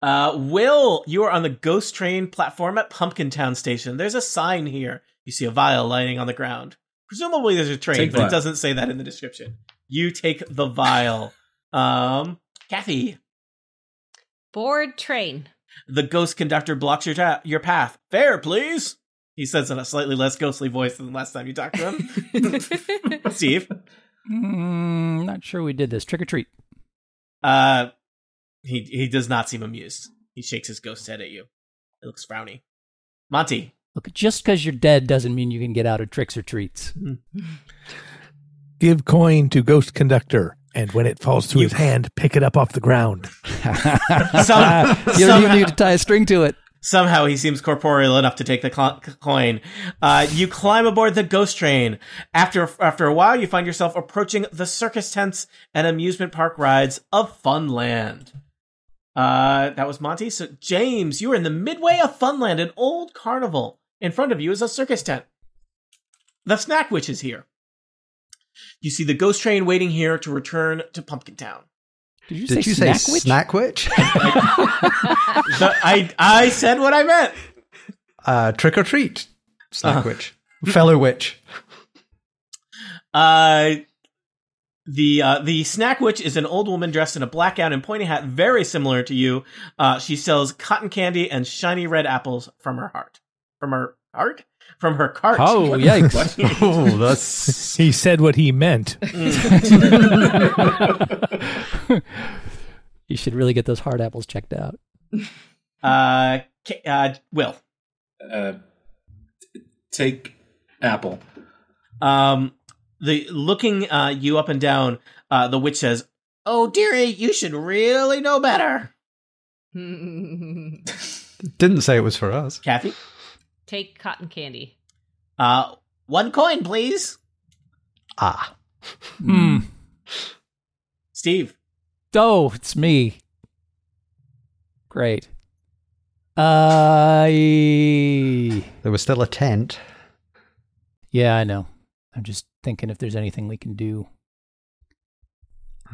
Speaker 1: Uh, Will, you are on the ghost train platform at Pumpkin Town Station. There's a sign here. You see a vial lying on the ground. Presumably, there's a train,
Speaker 6: Take
Speaker 1: but it
Speaker 6: that.
Speaker 1: doesn't say that in the description. You take the vial. um, Kathy.
Speaker 4: Board train.
Speaker 1: The ghost conductor blocks your ta- your path. Fair, please. He says in a slightly less ghostly voice than the last time you talked to him. Steve,
Speaker 2: Hmm, Mm, not sure we did this. Trick or treat.
Speaker 1: uh, He he does not seem amused. He shakes his ghost head at you. It looks frowny. Monty,
Speaker 2: Look, just because you're dead doesn't mean you can get out of tricks or treats.
Speaker 5: Give coin to ghost conductor, and when it falls through his hand, pick it up off the ground.
Speaker 2: you don't even need to tie a string to it.
Speaker 1: Somehow he seems corporeal enough to take the cl- coin. Uh, you climb aboard the ghost train. After after a while, you find yourself approaching the circus tents and amusement park rides of Funland. Uh, that was Monty. So James, you are in the midway of Funland, an old carnival. In front of you is a circus tent. The snack witch is here. You see the ghost train waiting here to return to Pumpkin Town.
Speaker 2: Did you
Speaker 3: Did
Speaker 2: say
Speaker 3: you
Speaker 2: snack
Speaker 3: say
Speaker 2: witch?
Speaker 3: snack witch?
Speaker 1: The- I I said what I meant.
Speaker 3: uh, trick or treat, snack witch, fellow witch.
Speaker 1: Uh, the uh, the snack witch is an old woman dressed in a black gown and pointy hat, very similar to you. Uh, she sells cotton candy and shiny red apples from her heart, from her heart, from her cart.
Speaker 2: Oh, yikes.
Speaker 6: What?
Speaker 3: oh, that's
Speaker 5: He said what he meant.
Speaker 1: Mm.
Speaker 2: you should really get those hard apples checked out.
Speaker 1: Uh, K- uh, Will.
Speaker 6: Uh, t- take apple.
Speaker 1: Um, the looking uh, you up and down. Uh, the witch says, "Oh dearie, you should really know better."
Speaker 3: didn't say it was for us.
Speaker 1: Kathy,
Speaker 4: Take cotton candy.
Speaker 1: uh, one coin, please.
Speaker 3: Ah,
Speaker 2: Hmm.
Speaker 1: Steve,
Speaker 2: Oh, it's me. Great. I.
Speaker 3: there was still a tent.
Speaker 2: Yeah, I know. I'm just thinking if there's anything we can do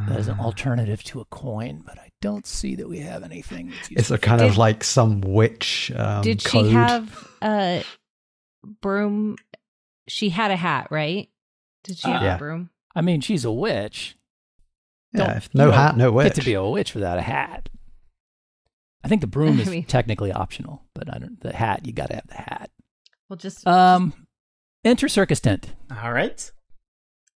Speaker 2: that is an alternative to a coin, but I don't see that we have anything. that's
Speaker 3: Is
Speaker 2: useful.
Speaker 3: there kind of
Speaker 4: Did-
Speaker 3: like some witch? Um,
Speaker 4: Did
Speaker 3: code?
Speaker 4: she have a broom? She had a hat, right? Did she
Speaker 1: Uh,
Speaker 4: have
Speaker 3: yeah.
Speaker 4: a broom?
Speaker 2: I mean, she's a witch.
Speaker 3: Yeah,
Speaker 2: Don't-
Speaker 3: if no
Speaker 2: you
Speaker 3: hat, no
Speaker 2: Get
Speaker 3: witch.
Speaker 2: to be a witch without a hat. I think the broom
Speaker 4: I
Speaker 2: is
Speaker 4: mean-
Speaker 2: technically optional, but I don't. The hat, you got to have the hat.
Speaker 4: Well, just
Speaker 2: Um, enter circus tent.
Speaker 1: All right.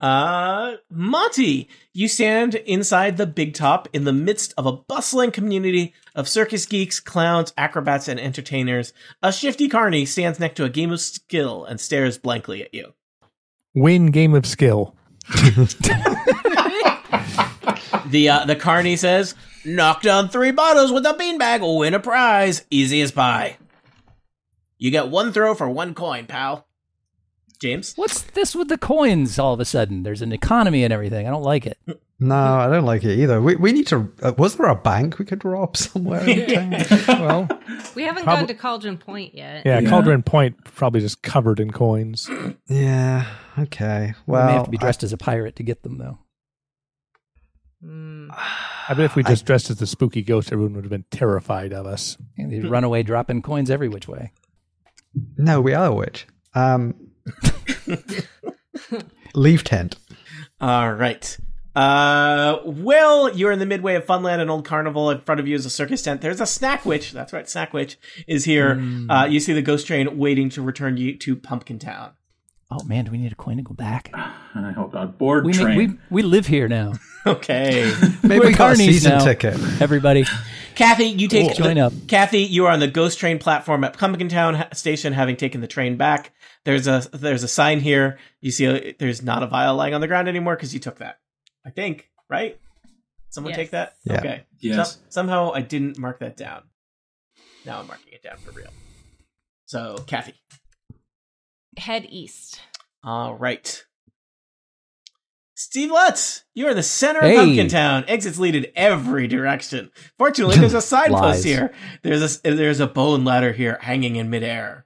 Speaker 1: Uh, Monty, you stand inside the big top in the midst of a bustling community of circus geeks, clowns, acrobats, and entertainers. A shifty carny stands next to a game of skill and stares blankly at you.
Speaker 5: Win game of skill.
Speaker 1: The uh, the carny says, "Knock down three bottles with a beanbag, will win a prize, easy as pie. You get one throw for one coin, pal." James,
Speaker 2: What's this with the coins? All of a sudden, there's an economy and everything. I don't like it.
Speaker 3: No, I don't like it either. We, we need to. Uh, was there a bank we could rob somewhere in town?
Speaker 5: Well,
Speaker 4: we haven't
Speaker 5: prob-
Speaker 4: gone to Cauldron Point yet.
Speaker 5: yeah,
Speaker 6: Yeah.
Speaker 5: Cauldron Point probably just covered in coins.
Speaker 3: yeah. Okay. Well,
Speaker 2: we may have to be
Speaker 3: I-
Speaker 2: dressed as a pirate to get them, though.
Speaker 4: Mm.
Speaker 5: I bet if we just dressed as the spooky ghost, everyone would have been terrified of us.
Speaker 2: And they run away dropping coins every which way.
Speaker 3: no, we are a witch. Um, leave tent.
Speaker 1: All right. Uh, well, you're in the midway of Funland and Old Carnival. In front of you is a circus tent. There's a snack witch. That's right, snack witch is here. Uh, you see the ghost train waiting to return you to Pumpkin Town.
Speaker 2: Oh man, do we need a coin to go back?
Speaker 1: Ah,
Speaker 6: I hope not. Board
Speaker 2: We need-
Speaker 6: train.
Speaker 2: we we live here now.
Speaker 1: Okay,
Speaker 3: Maybe
Speaker 2: We're
Speaker 3: we got a
Speaker 2: carnies
Speaker 3: season
Speaker 2: now.
Speaker 3: ticket.
Speaker 2: Everybody,
Speaker 1: Kathy, you take
Speaker 2: Cool. Join
Speaker 1: the-
Speaker 2: up.
Speaker 1: Kathy, you are on the ghost train platform at Pumpkin Town ha- station, having taken the train back. There's a there's a sign here. You see, uh there's not a vial lying on the ground anymore because you took that. I think right. Someone
Speaker 4: Yes.
Speaker 1: take that.
Speaker 3: Yeah.
Speaker 1: Okay.
Speaker 6: yes.
Speaker 1: Some- somehow I didn't mark that down. Now I'm marking it down for real. So, Kathy.
Speaker 4: Head east.
Speaker 1: All right. Steve Lutz, you're in the center
Speaker 2: Hey.
Speaker 1: of Pumpkin Town. Exits lead in every direction. Fortunately, there's a signpost
Speaker 2: Lies.
Speaker 1: here. There's a there's a bone ladder here hanging in midair.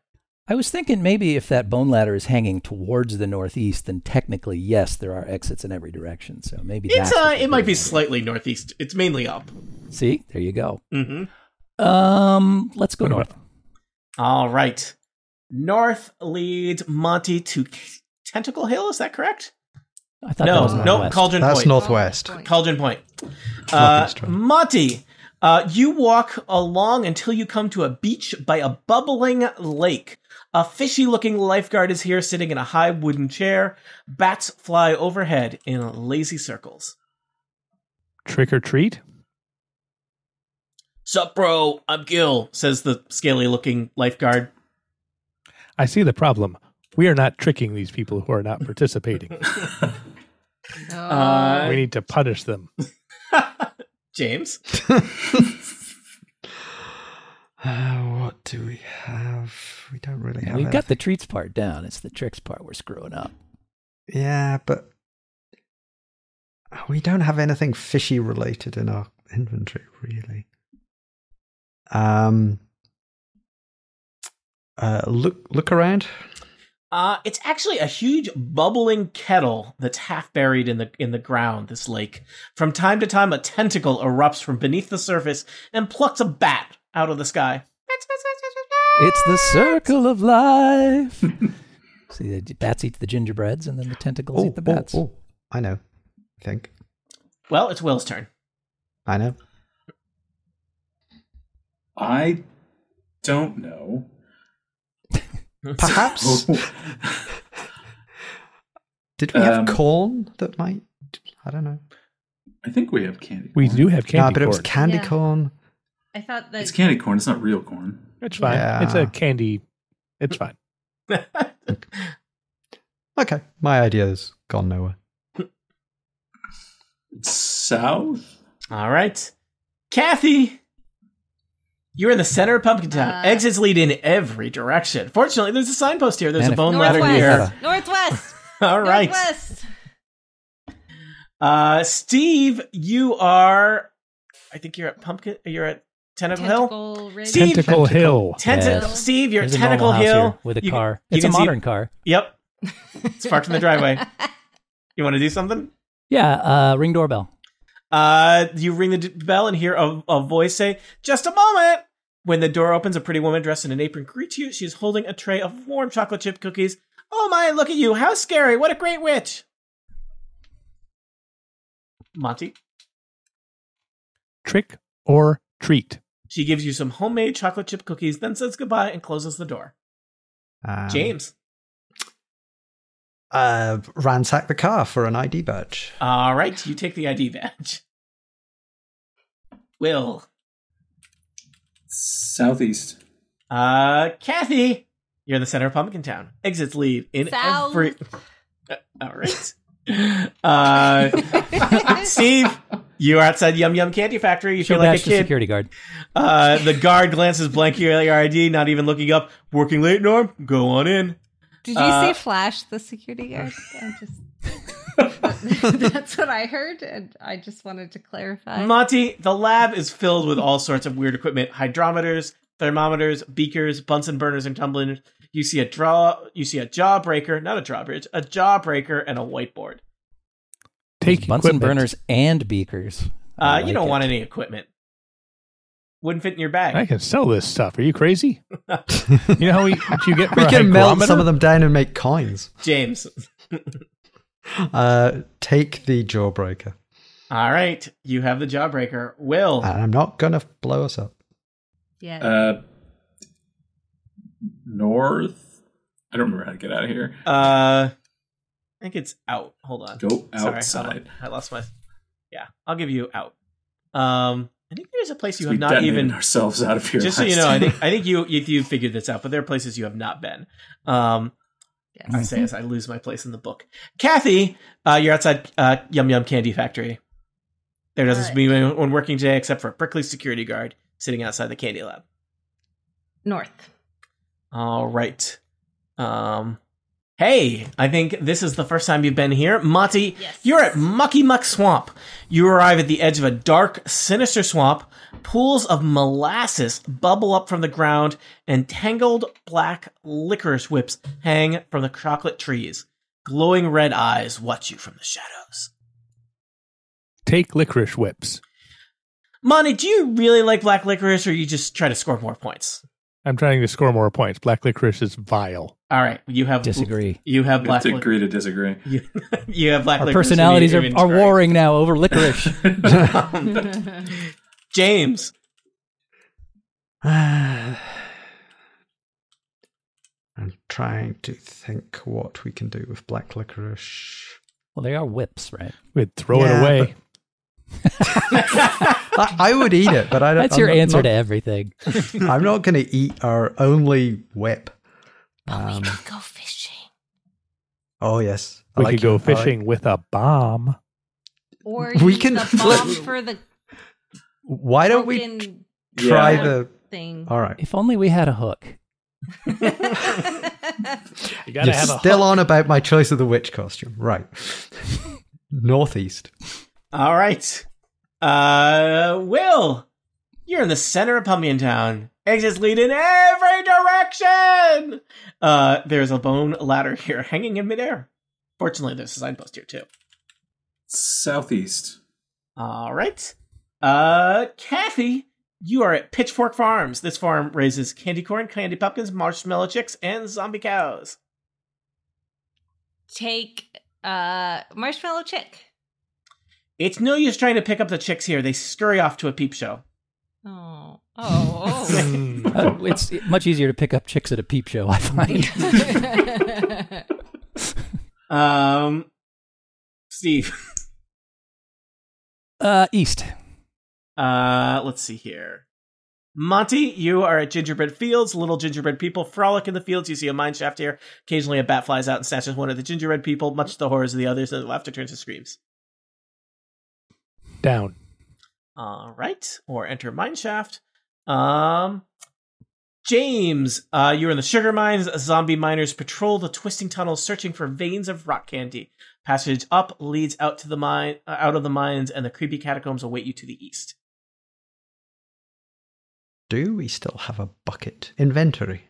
Speaker 2: I was thinking maybe if that bone ladder is hanging towards the northeast, then technically yes, there are exits in every direction. So maybe
Speaker 1: It's
Speaker 2: that's
Speaker 1: uh,
Speaker 2: what
Speaker 1: it might be
Speaker 2: they're
Speaker 1: slightly northeast. It's mainly up.
Speaker 2: doing. See, there you go.
Speaker 1: hmm
Speaker 2: Um, let's go
Speaker 5: What
Speaker 2: north.
Speaker 5: about-
Speaker 1: All right. North leads Monty to Tentacle Hill. Is that correct?
Speaker 2: I thought that
Speaker 1: no,
Speaker 2: was
Speaker 3: not
Speaker 1: no,
Speaker 2: northwest.
Speaker 1: Cauldron
Speaker 3: That's
Speaker 1: Point.
Speaker 3: northwest.
Speaker 4: Cauldron Point.
Speaker 1: Cauldron Point. Uh,
Speaker 3: Northeast, right.
Speaker 1: Monty, uh, you walk along until you come to a beach by a bubbling lake. A fishy looking lifeguard is here sitting in a high wooden chair. Bats fly overhead in lazy circles.
Speaker 5: Trick or treat?
Speaker 1: Sup, bro? I'm Gil, says the scaly looking lifeguard.
Speaker 5: I see the problem. We are not tricking these people who are not participating.
Speaker 1: Uh,
Speaker 5: we need to punish them.
Speaker 1: James?
Speaker 3: Uh, what do we have? We don't really have.
Speaker 2: We've got
Speaker 3: anything.
Speaker 2: the treats part down. It's the tricks part we're screwing up.
Speaker 3: Yeah, but we don't have anything fishy related in our inventory, really. Um, uh, look look around.
Speaker 1: Uh, it's actually a huge bubbling kettle that's half buried in the in the ground. This lake. From time to time, a tentacle erupts from beneath the surface and plucks a bat out of the sky.
Speaker 2: It's the circle of life. See, the bats eat the gingerbreads, and then the tentacles eat the bats.
Speaker 3: oh, I know. I think
Speaker 1: Well, it's Will's turn.
Speaker 3: I know.
Speaker 6: I don't know.
Speaker 3: Perhaps did we have
Speaker 6: Um,
Speaker 3: corn that might? I don't know.
Speaker 6: I think we have candy.
Speaker 5: We
Speaker 6: corn.
Speaker 5: do have candy
Speaker 3: Nah, but it was
Speaker 5: corn.
Speaker 3: candy
Speaker 4: Yeah.
Speaker 3: corn.
Speaker 4: I thought that
Speaker 6: It's candy corn. It's not real corn.
Speaker 5: it's fine.
Speaker 3: Yeah.
Speaker 5: It's a candy. It's fine.
Speaker 3: Okay, my idea has gone nowhere.
Speaker 6: South.
Speaker 1: All right, Kathy. You're in the center of Pumpkin Town.
Speaker 4: Uh,
Speaker 1: Exits lead in every direction. Fortunately, there's a signpost here. There's a
Speaker 2: Man, if-
Speaker 1: bone ladder
Speaker 4: northwest,
Speaker 1: here.
Speaker 4: northwest,
Speaker 1: All right.
Speaker 4: northwest.
Speaker 1: Uh, Steve, you are. I think you're at Pumpkin. You're at Tentacle Hill.
Speaker 4: Tentacle Ridge.
Speaker 1: Steve-
Speaker 5: Tentacle Hill.
Speaker 1: Tentacle.
Speaker 4: Yes.
Speaker 1: Steve, you're at
Speaker 2: There's a
Speaker 1: Tentacle
Speaker 2: normal house
Speaker 1: Hill
Speaker 2: here with a
Speaker 1: You-
Speaker 2: car.
Speaker 1: you
Speaker 2: It's a
Speaker 1: can see-
Speaker 2: modern car.
Speaker 1: Yep. It's parked in the driveway. You want to do something?
Speaker 2: Yeah, uh, ring doorbell.
Speaker 1: Uh, you ring the d- bell and hear a, a voice say, "Just a moment." When the door opens, a pretty woman dressed in an apron greets you. She's holding a tray of warm chocolate chip cookies. Oh my! Look at you! How scary! What a great witch! Monty,
Speaker 5: Trick or treat.
Speaker 1: she gives you some homemade chocolate chip cookies, then says goodbye and closes the door.
Speaker 3: Um,
Speaker 1: James,
Speaker 3: uh, ransack the car for an ID badge.
Speaker 1: all right, you take the ID badge. Will,
Speaker 6: Southeast.
Speaker 1: Uh, Kathy, you're in the center of Pumpkin Town. Exits lead in
Speaker 4: South.
Speaker 1: every. Uh, all right. Uh, Steve, you are outside Yum Yum Candy Factory. You
Speaker 2: Show
Speaker 1: feel like a
Speaker 2: badge to
Speaker 1: kid.
Speaker 2: security guard.
Speaker 1: Uh, the guard glances blankly at your ID, not even looking up. Working late, Norm. Go on in.
Speaker 4: Did you
Speaker 1: Uh,
Speaker 4: say Flash the security guard? I'm just that's what I heard, and I just wanted to clarify.
Speaker 1: Monty, the lab is filled with all sorts of weird equipment: hydrometers, thermometers, beakers, Bunsen burners, and tumblers. You see a draw. You see a jawbreaker, not a drawbridge, a jawbreaker, and a whiteboard.
Speaker 5: Take
Speaker 2: Bunsen
Speaker 5: equipment.
Speaker 2: burners and beakers.
Speaker 1: Uh,
Speaker 2: I
Speaker 1: you
Speaker 2: like
Speaker 1: don't
Speaker 2: it.
Speaker 1: want any equipment. Wouldn't fit in your bag.
Speaker 5: I can sell this stuff. Are you crazy? You know how we, what you get for
Speaker 3: we
Speaker 5: a
Speaker 3: can melt
Speaker 5: hygrometer?
Speaker 3: some of them down and make coins.
Speaker 1: James.
Speaker 3: Uh, take the jawbreaker.
Speaker 1: All right. You have the jawbreaker.
Speaker 2: Oh.
Speaker 1: Will.
Speaker 2: Uh,
Speaker 3: And I'm not gonna blow us up.
Speaker 4: yeah.
Speaker 6: Uh, north. I don't remember how to get out of here.
Speaker 1: Uh, I think it's out. Hold on.
Speaker 6: Go
Speaker 1: Sorry, hold
Speaker 6: outside.
Speaker 1: on. I lost my. Yeah, I'll give you out. Um, I think there's a place you
Speaker 6: we
Speaker 1: have not
Speaker 6: detonated
Speaker 1: even.
Speaker 6: ourselves out of here.
Speaker 1: Just so
Speaker 6: last
Speaker 1: you know, I
Speaker 6: time.
Speaker 1: think I think you you, you figured this out, but there are places you have not been. Um,
Speaker 4: Yes.
Speaker 1: I say as I lose my place in the book. Kathy, uh, you're outside uh, Yum Yum Candy Factory. There doesn't
Speaker 4: Alright.
Speaker 1: seem to be anyone working today except for a prickly security guard sitting outside the candy lab.
Speaker 4: North.
Speaker 1: All right. Um, hey, I think this is the first time you've been here. Monty,
Speaker 4: Yes.
Speaker 1: you're at Mucky Muck Swamp. You arrive at the edge of a dark, sinister swamp. Pools of molasses bubble up from the ground, and tangled black licorice whips hang from the chocolate trees. Glowing red eyes watch you from the shadows.
Speaker 5: Take licorice whips.
Speaker 1: Monty, do you really like black licorice, or you just try to score more points?
Speaker 5: I'm trying to score more points. Black licorice is vile.
Speaker 1: All right, you have
Speaker 2: Disagree.
Speaker 1: You have
Speaker 6: We
Speaker 1: black.
Speaker 6: have to
Speaker 1: Lic-
Speaker 6: agree to disagree.
Speaker 1: you, you have black.
Speaker 2: Our
Speaker 1: licorice in
Speaker 2: personalities
Speaker 1: your
Speaker 2: are, are
Speaker 1: inventory.
Speaker 2: warring now over licorice.
Speaker 1: James,
Speaker 3: I'm trying to think what we can do with black licorice.
Speaker 2: well, they are whips, right?
Speaker 5: We'd throw
Speaker 3: Yeah,
Speaker 5: it away.
Speaker 3: I, I would eat it, but I don't.
Speaker 2: That's
Speaker 3: I'm
Speaker 2: your
Speaker 3: not-
Speaker 2: answer
Speaker 3: not-
Speaker 2: to everything.
Speaker 3: I'm not going to eat our only whip.
Speaker 2: Oh,
Speaker 4: But we
Speaker 3: Um,
Speaker 4: could go fishing.
Speaker 3: oh yes, I
Speaker 5: We
Speaker 3: like
Speaker 5: could go
Speaker 3: you. I like-
Speaker 5: fishing with a bomb.
Speaker 4: Or
Speaker 3: We
Speaker 4: use
Speaker 3: can-
Speaker 4: the bomb for the
Speaker 3: Why don't we Uh,
Speaker 4: broken
Speaker 3: tr- try
Speaker 6: Yeah.
Speaker 3: the?
Speaker 4: thing.
Speaker 3: All right,
Speaker 2: If only we had a hook.
Speaker 5: You
Speaker 3: you're still on about my choice of the witch costume, right? Northeast.
Speaker 1: All right. Uh, Will, you're in the center of Pumpkin Town. Exits lead in every direction. Uh, there's a bone ladder here hanging in midair. Fortunately, there's a signpost here too.
Speaker 6: Southeast.
Speaker 1: All right. Uh, Kathy, you are at Pitchfork Farms. This farm raises candy corn, candy pumpkins, marshmallow chicks, and zombie cows.
Speaker 4: Take uh marshmallow chick.
Speaker 1: It's no use trying to pick up the chicks here. They scurry off to a peep show.
Speaker 4: Oh. Oh.
Speaker 2: Uh, it's much easier to pick up chicks at a peep show, I find.
Speaker 4: oh.
Speaker 1: Um, Steve.
Speaker 2: Uh, east.
Speaker 1: Uh, let's see here. Monty, you are at Gingerbread Fields. Little gingerbread people frolic in the fields. You see a mine shaft here. Occasionally, a bat flies out and snatches one of the gingerbread people, much to the horrors of the others, and the laughter turns to screams.
Speaker 5: Down.
Speaker 1: All right, or enter mine shaft. Um, James, uh, you're in the sugar mines. Zombie miners patrol the twisting tunnels, searching for veins of rock candy. Passage up leads out to the mine, uh, out of the mines, and the creepy catacombs await you to the east.
Speaker 3: Do we still have a bucket inventory?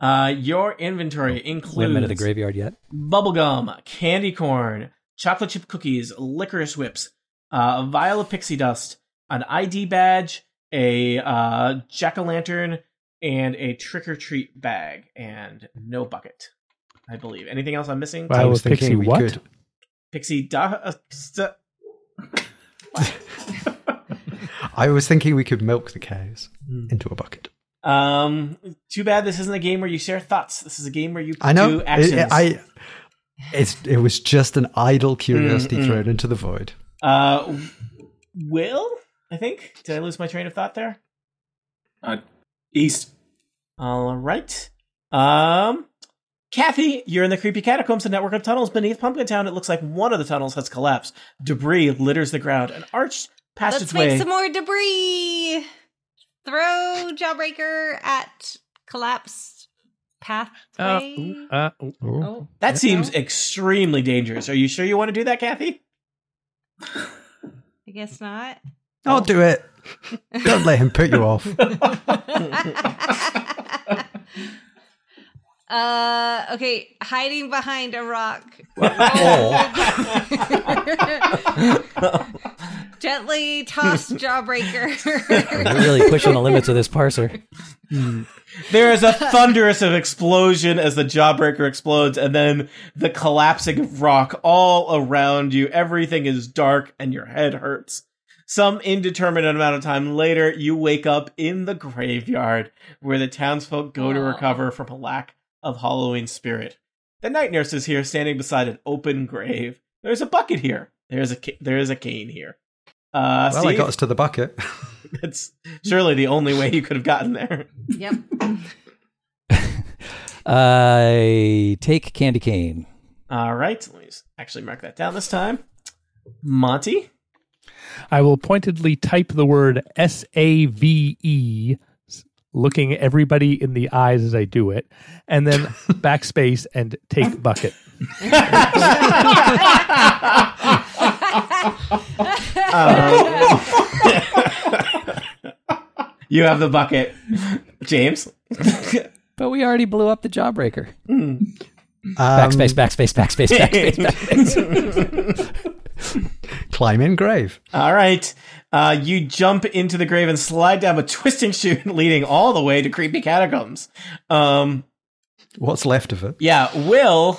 Speaker 1: Uh, your inventory includes
Speaker 2: Women of the graveyard yet?
Speaker 1: bubblegum, candy corn, chocolate chip cookies, licorice whips, uh, a vial of pixie dust, an ID badge, a uh, jack o' lantern, and a trick or treat bag, and no bucket, I believe. Anything else I'm missing?
Speaker 5: Wow. I was
Speaker 3: thinking
Speaker 5: pixie
Speaker 3: we
Speaker 5: what?
Speaker 3: could-
Speaker 1: Pixie dust. Uh, st-
Speaker 3: I was thinking we could milk the cows
Speaker 5: Hmm.
Speaker 3: into a bucket.
Speaker 1: um, too bad this isn't a game where you share thoughts. This is a game where you
Speaker 3: I know.
Speaker 1: do
Speaker 3: it-
Speaker 1: actions.
Speaker 3: it- I. It's, it was just an idle curiosity
Speaker 1: mm.
Speaker 3: thrown into the void.
Speaker 1: uh, Will, I think. Did I lose my train of thought there?
Speaker 6: Uh, east.
Speaker 1: All right. Um, Kathy, you're in the creepy catacombs, a network of tunnels beneath Pumpkin Town. It looks like one of the tunnels has collapsed. Debris litters the ground. An arched
Speaker 4: Let's make
Speaker 1: passageway.
Speaker 4: some more debris. Throw Jawbreaker at collapsed
Speaker 5: Uh,
Speaker 4: pathway.
Speaker 5: ooh, uh, ooh.
Speaker 4: oh,
Speaker 1: that seems
Speaker 4: No?
Speaker 1: extremely dangerous. Are you sure you want to do that, Kathy?
Speaker 4: I guess not.
Speaker 1: Oh.
Speaker 3: I'll do it. Don't let him put you off.
Speaker 4: uh, okay, hiding behind a rock. Gently toss
Speaker 2: We're
Speaker 4: Jawbreaker.
Speaker 2: really pushing the limits of this parser.
Speaker 1: There is a thunderous of explosion as the jawbreaker explodes, and then the collapsing of rock all around you. Everything is dark, and your head hurts. Some indeterminate amount of time later, you wake up in the graveyard where the townsfolk go to
Speaker 4: Aw.
Speaker 1: recover from a lack of Halloween spirit. The night nurse is here, standing beside an open grave. There's a bucket here. There's a ca- there is a cane here. Uh,
Speaker 3: well, I
Speaker 1: Steve,
Speaker 3: got us to the bucket.
Speaker 1: that's surely the only way you could have gotten there.
Speaker 4: yep.
Speaker 2: I Uh, take candy cane.
Speaker 1: All right, let me s- actually mark that down this time. Monty,
Speaker 5: I will pointedly type the word S A V E, s- looking everybody in the eyes as I do it, and then backspace and take bucket.
Speaker 1: you have the bucket. James,
Speaker 2: But we already blew up the jawbreaker.
Speaker 3: Um,
Speaker 2: Backspace, backspace, backspace, backspace, backspace.
Speaker 3: Climb in grave.
Speaker 1: all right. Uh, you jump into the grave and slide down a twisting chute leading all the way to creepy catacombs. Um,
Speaker 3: What's left of it?
Speaker 1: Yeah, Will.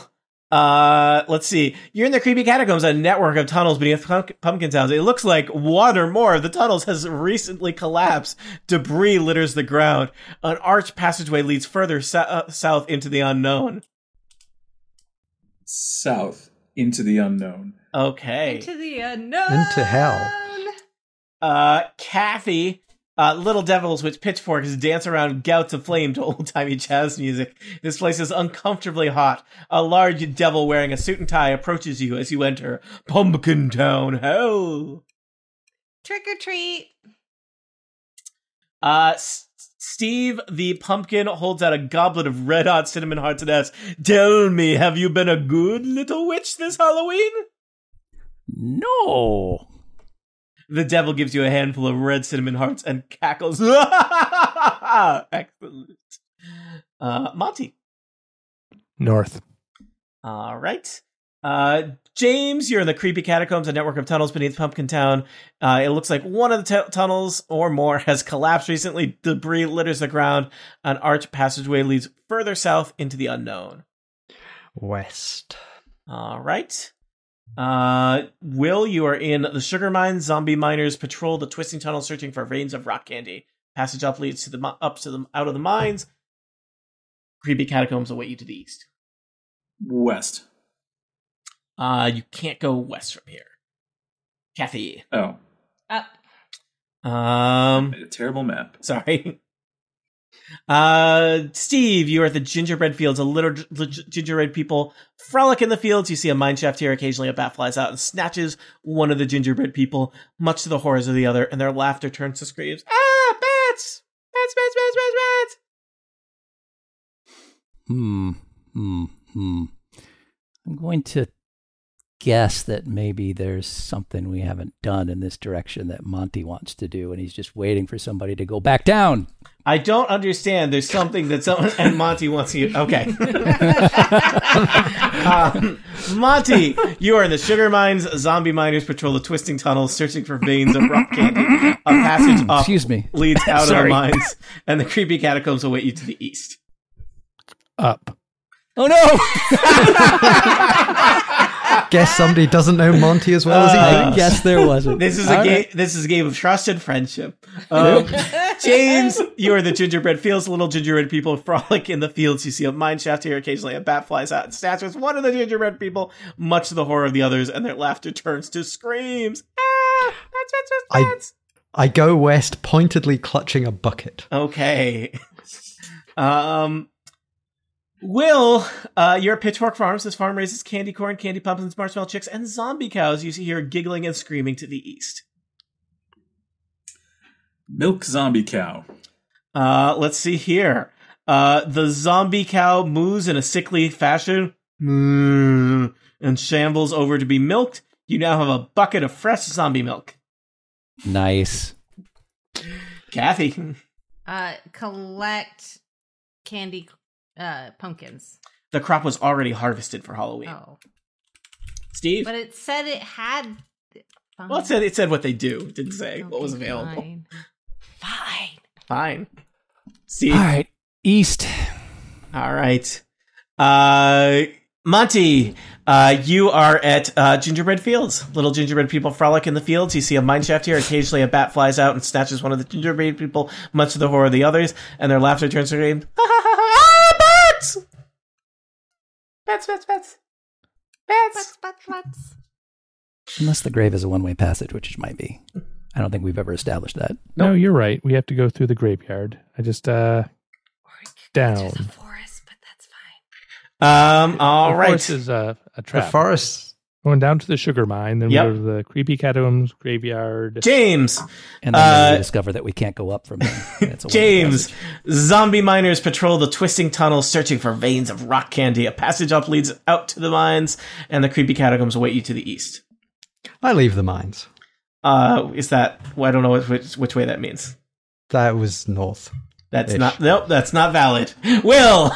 Speaker 1: Uh, let's see. You're in the creepy catacombs, a network of tunnels beneath Pump- Pumpkin Towns. It looks like one or more of the tunnels has recently collapsed. Debris litters the ground. An arched passageway leads further so- uh, south into the unknown.
Speaker 6: South. Into the unknown.
Speaker 1: Okay.
Speaker 4: Into the unknown.
Speaker 3: Into hell.
Speaker 1: Uh, Kathy, uh, little devils with pitchforks dance around gouts of flame to old timey jazz music. This place is uncomfortably hot. A large devil wearing a suit and tie approaches you as you enter Pumpkin Town Hell.
Speaker 4: Trick or treat.
Speaker 1: Uh, S- Steve the pumpkin holds out a goblet of red hot cinnamon hearts and asks, "Tell me, have you been a good little witch this Halloween?"
Speaker 2: No.
Speaker 1: The devil gives you a handful of red cinnamon hearts and cackles. Excellent. Uh, Monty.
Speaker 5: North.
Speaker 1: All right. Uh, James, you're in the creepy catacombs, a network of tunnels beneath Pumpkin Town. Uh, it looks like one of the tu- tunnels or more has collapsed recently. Debris litters the ground. An arch passageway leads further south into the unknown.
Speaker 3: West.
Speaker 1: All right. Uh, Will, you are in the sugar mines. Zombie miners patrol the twisting tunnel, searching for veins of rock candy. Passage up leads to the mi- up to the out of the mines. Creepy catacombs await you to the east.
Speaker 6: West.
Speaker 1: Uh, you can't go west from here. Kathy.
Speaker 6: Oh,
Speaker 4: Up.
Speaker 1: Um,
Speaker 6: made a terrible map.
Speaker 1: sorry. Uh, Steve, you are at the gingerbread fields. A little g- g- gingerbread people frolic in the fields. You see a mine shaft here. Occasionally, a bat flies out and snatches one of the gingerbread people, much to the horrors of the other, and their laughter turns to screams. Ah, bats! Bats! Bats! Bats! Bats! Bats!
Speaker 2: Hmm. Hmm. Hmm. I'm going to guess that maybe there's something we haven't done in this direction that Monty wants to do, and he's just waiting for somebody to go back down.
Speaker 1: I don't understand. There's something that someone and Monty wants you. Okay. Um, Monty, you are in the sugar mines. Zombie miners patrol the twisting tunnels, searching for veins of rock candy. A passage up
Speaker 2: Excuse me.
Speaker 1: leads out of the
Speaker 2: Sorry.
Speaker 1: mines, and the creepy catacombs await you to the east.
Speaker 5: Up.
Speaker 2: Oh no!
Speaker 3: Guess somebody doesn't know Monty as well
Speaker 1: Uh,
Speaker 3: as he
Speaker 2: I
Speaker 3: thinks.
Speaker 2: guess there wasn't.
Speaker 1: This is a
Speaker 2: All
Speaker 1: game.
Speaker 2: right.
Speaker 1: This is a game of trust and friendship. Um, James, you are the gingerbread fields. Little gingerbread people frolic in the fields. You see a mine shaft here. Occasionally, a bat flies out and snatches one of the gingerbread people, much to the horror of the others, and their laughter turns to screams. Ah, bats, bats, bats,
Speaker 3: I-
Speaker 1: bats.
Speaker 3: I go west, pointedly clutching a bucket.
Speaker 1: Okay. Um, Will, uh, your Pitchfork Farms. This farm raises candy corn, candy pumpkins, marshmallow chicks, and zombie cows. You see here giggling and screaming to the east.
Speaker 6: Milk zombie cow.
Speaker 1: Uh, let's see here. Uh, the zombie cow moos in a sickly fashion moo, and shambles over to be milked. You now have a bucket of fresh zombie milk.
Speaker 2: Nice.
Speaker 1: Kathy,
Speaker 4: Uh, collect candy uh, pumpkins.
Speaker 1: the crop was already harvested for Halloween.
Speaker 4: Oh,
Speaker 1: Steve,
Speaker 4: but it said it had.
Speaker 1: well, it said it said what they do. It didn't say what was
Speaker 4: oh, Okay,
Speaker 1: available.
Speaker 4: Fine. Fine.
Speaker 1: Fine.
Speaker 2: All
Speaker 1: Steve,
Speaker 2: right. East.
Speaker 1: All right. Uh, Monty, uh, you are at uh, Gingerbread Fields. Little gingerbread people frolic in the fields. You see a mine shaft here. Occasionally, a bat flies out and snatches one of the gingerbread people, much to the horror of the others, and their laughter turns to screams. ah, bats! Bats, bats, bats. Bats!
Speaker 4: Butts, butts, butts.
Speaker 2: Unless the grave is a one way passage, which it might be. I don't think we've ever established that.
Speaker 5: No, you're right. We have to go through the graveyard. I just uh
Speaker 4: Or it could
Speaker 5: Down.
Speaker 4: go through the forest, but that's fine.
Speaker 1: Um, all
Speaker 5: the
Speaker 1: right.
Speaker 5: forest is a,
Speaker 3: The
Speaker 5: a trap.
Speaker 3: forest.
Speaker 5: Going down to the sugar mine, then
Speaker 1: Yep.
Speaker 5: we go to the creepy catacombs graveyard.
Speaker 1: James,
Speaker 2: And then
Speaker 1: Uh,
Speaker 2: we discover that we can't go up from there. It's a one-way
Speaker 1: James,
Speaker 2: passage.
Speaker 1: zombie miners patrol the twisting tunnels, searching for veins of rock candy. A passage up leads out to the mines, and the creepy catacombs await you to the east.
Speaker 3: I leave the mines.
Speaker 1: Uh, is that? Well, I don't know which, which which way that means.
Speaker 3: That was north.
Speaker 1: That's
Speaker 3: Ish.
Speaker 1: not. Nope, that's not valid. Will,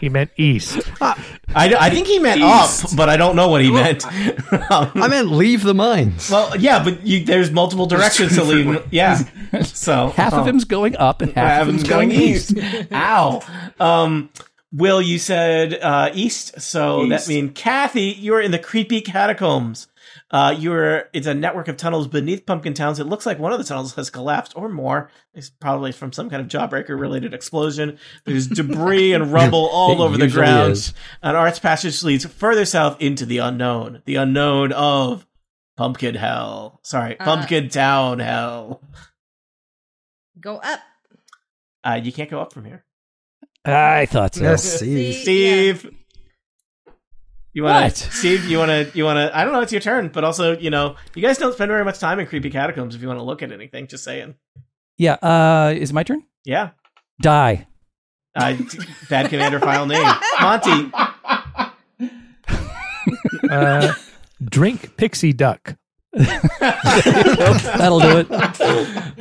Speaker 5: He meant east.
Speaker 1: I, I think he meant up,
Speaker 6: East.
Speaker 1: but I don't know what he meant. Um,
Speaker 3: I meant leave the mines.
Speaker 1: well, yeah, but you, there's multiple directions to leave. Yeah, so
Speaker 2: Half of
Speaker 1: um,
Speaker 2: him's going up and half,
Speaker 1: Half
Speaker 2: of him's going, east.
Speaker 1: Ow. Um, Will, you said uh, east, so that
Speaker 6: East.
Speaker 1: means Kathy, you're in the creepy catacombs. Uh, you're it's a network of tunnels beneath pumpkin towns. It looks like one of the tunnels has collapsed or more. It's probably from some kind of jawbreaker related explosion. There's debris and rubble all
Speaker 2: It
Speaker 1: over the
Speaker 2: usually
Speaker 1: ground.
Speaker 2: is.
Speaker 1: An arts passage leads further south into the unknown. The unknown of Pumpkin Hell. Sorry,
Speaker 4: Uh,
Speaker 1: Pumpkin Town Hell.
Speaker 4: Go up.
Speaker 1: Uh, you can't go up from here.
Speaker 2: I thought so.
Speaker 3: Yes, Steve.
Speaker 1: Steve, you want
Speaker 2: What?
Speaker 1: to? Steve, you want to? You want to? I don't know. It's your turn, but also, you know, you guys don't spend very much time in creepy catacombs. If you want to look at anything, just saying.
Speaker 2: Yeah. Uh, is it my turn?
Speaker 1: Yeah,
Speaker 2: Die.
Speaker 1: uh, bad commander file name Monty.
Speaker 5: Uh, drink pixie duck.
Speaker 2: That'll do it.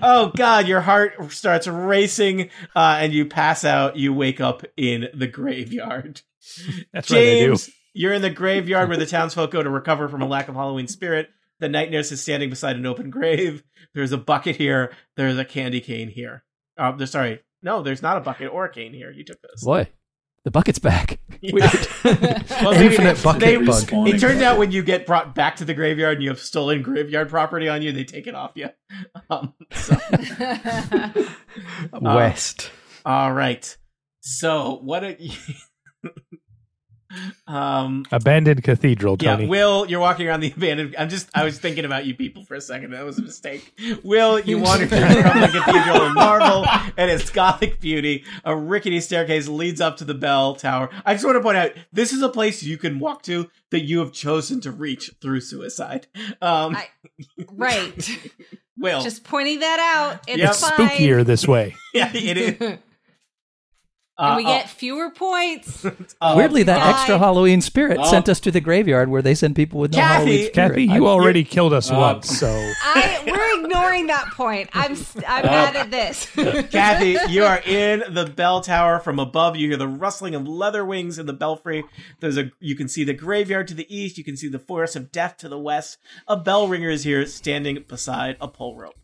Speaker 1: oh God, your heart starts racing, uh, and you pass out. You wake up in the graveyard.
Speaker 5: That's
Speaker 1: James, you're in the graveyard where the townsfolk go to recover from a lack of Halloween spirit. The night nurse is standing beside an open grave. There's a bucket here. There's a candy cane here. Uh, there's- sorry, no, there's not a bucket or a cane here. You took this.
Speaker 2: Boy, the bucket's back.
Speaker 1: Yeah.
Speaker 2: Weird.
Speaker 1: Well, maybe
Speaker 3: Infinite
Speaker 1: they-
Speaker 3: bucket
Speaker 1: they-
Speaker 3: bug.
Speaker 1: It turned out when you get brought back to the graveyard and you have stolen graveyard property on you, they take it off you. Um, so.
Speaker 3: West.
Speaker 1: All right. So what? Are you... um.
Speaker 5: Abandoned cathedral,
Speaker 1: Yeah,
Speaker 5: Tony.
Speaker 1: Will, you're walking around the abandoned. I'm just, I was thinking about you people for a second. That was a mistake. Will, you wander from the cathedral in marble and its gothic beauty. A rickety staircase leads up to the bell tower. I just want to point out this is a place you can walk to that you have chosen to reach through suicide. Um,
Speaker 4: I- right.
Speaker 1: Will,
Speaker 4: Just pointing that out. It's
Speaker 1: Yep.
Speaker 5: it's
Speaker 4: fine.
Speaker 5: spookier this way.
Speaker 1: yeah, it is. Uh,
Speaker 4: and we get fewer points.
Speaker 1: uh,
Speaker 2: Weirdly, that
Speaker 4: God.
Speaker 2: extra Halloween spirit
Speaker 6: Oh.
Speaker 2: sent us to the graveyard where they send people with no
Speaker 1: Kathy!
Speaker 2: Halloween spirit.
Speaker 5: Kathy,
Speaker 2: I-
Speaker 5: you already killed us
Speaker 6: Uh,
Speaker 5: once, so
Speaker 4: I we're ignoring that point. I'm s-
Speaker 1: Uh,
Speaker 4: I'm mad at this.
Speaker 1: Kathy, you are in the bell tower from above. You hear the rustling of leather wings in the belfry. There's a you can see the graveyard to the east. You can see the forest of death to the west. A bell ringer is here, standing beside a pole rope.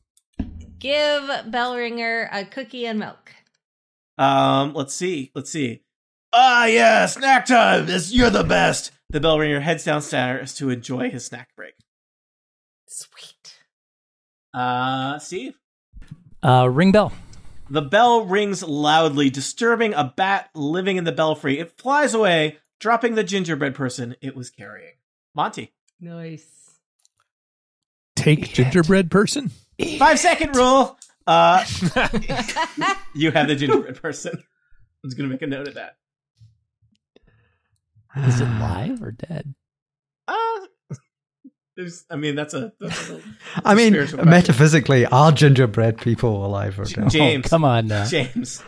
Speaker 4: Give Bellringer a cookie and milk.
Speaker 1: Um, let's see, let's see. Ah, yeah, snack time. This, you're the best. The bell ringer heads downstairs to enjoy his snack break.
Speaker 4: Sweet.
Speaker 1: Uh, Steve.
Speaker 2: Uh, ring bell.
Speaker 1: The bell rings loudly, disturbing a bat living in the belfry. It flies away, dropping the gingerbread person it was carrying. Monty.
Speaker 4: Nice.
Speaker 5: take gingerbread person.
Speaker 1: Five second rule. Uh, you have the gingerbread person. I'm just gonna make a note of that.
Speaker 2: Is it live or dead?
Speaker 1: Uh, there's, I mean, that's a, that's a little-
Speaker 3: I mean,
Speaker 1: Spiritual question.
Speaker 3: metaphysically, are gingerbread people alive or dead?
Speaker 1: James.
Speaker 2: Oh, come on now.
Speaker 1: James.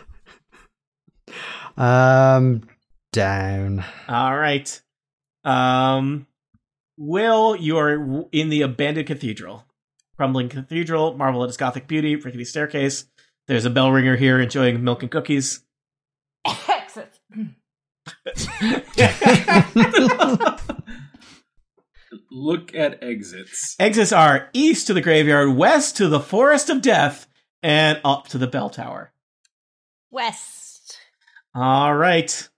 Speaker 3: Um, down.
Speaker 1: All right. Um, Will, you are w- in the abandoned cathedral. Crumbling cathedral, marvel at its gothic beauty, rickety staircase. There's a bell ringer here enjoying milk and cookies.
Speaker 4: Exit.
Speaker 6: Look at exits.
Speaker 1: Exits are east to the graveyard, west to the forest of death, and up to the bell tower.
Speaker 4: West.
Speaker 1: All right.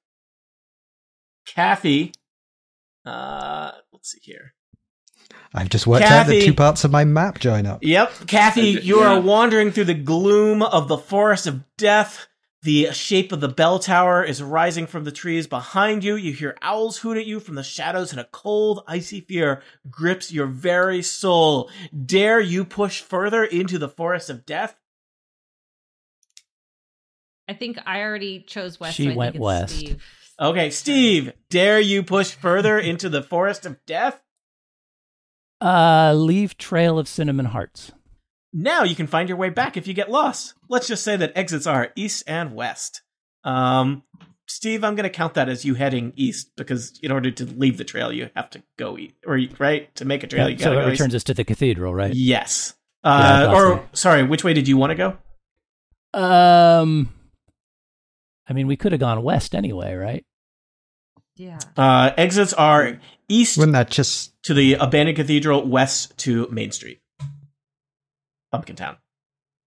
Speaker 1: Kathy. Uh, let's see here.
Speaker 3: I've just worked out
Speaker 1: Kathy.
Speaker 3: the two parts of my map join up.
Speaker 1: Yep, Kathy,
Speaker 6: Uh, d-
Speaker 1: you
Speaker 6: yeah.
Speaker 1: are wandering through the gloom of the forest of death. The shape of the bell tower is rising from the trees behind you. You hear owls hoot at you from the shadows, and a cold, icy fear grips your very soul. Dare you push further into the forest of death?
Speaker 4: I think I already chose West.
Speaker 2: She
Speaker 4: so I think
Speaker 2: went
Speaker 4: it's
Speaker 2: west.
Speaker 4: Steve.
Speaker 1: Okay, Steve, dare you push further into the forest of death?
Speaker 2: Uh, leave trail of cinnamon hearts.
Speaker 1: Now you can find your way back if you get lost. Let's just say that exits are east and west. Um, Steve, I'm going to count that as you heading east because in order to leave the trail, you have to go east, or right to make a trail, you
Speaker 2: so
Speaker 1: gotta
Speaker 2: it
Speaker 1: go east.
Speaker 2: returns us to the cathedral, right?
Speaker 1: Yes.
Speaker 2: Yeah, I
Speaker 1: Uh,
Speaker 2: thought
Speaker 1: or sorry, which way did you want to go?
Speaker 2: Um, I mean, we could have gone west anyway, right?
Speaker 4: Yeah.
Speaker 1: Uh, exits are east
Speaker 3: Wouldn't that just
Speaker 1: to the abandoned cathedral, west to Main Street, Pumpkin Town.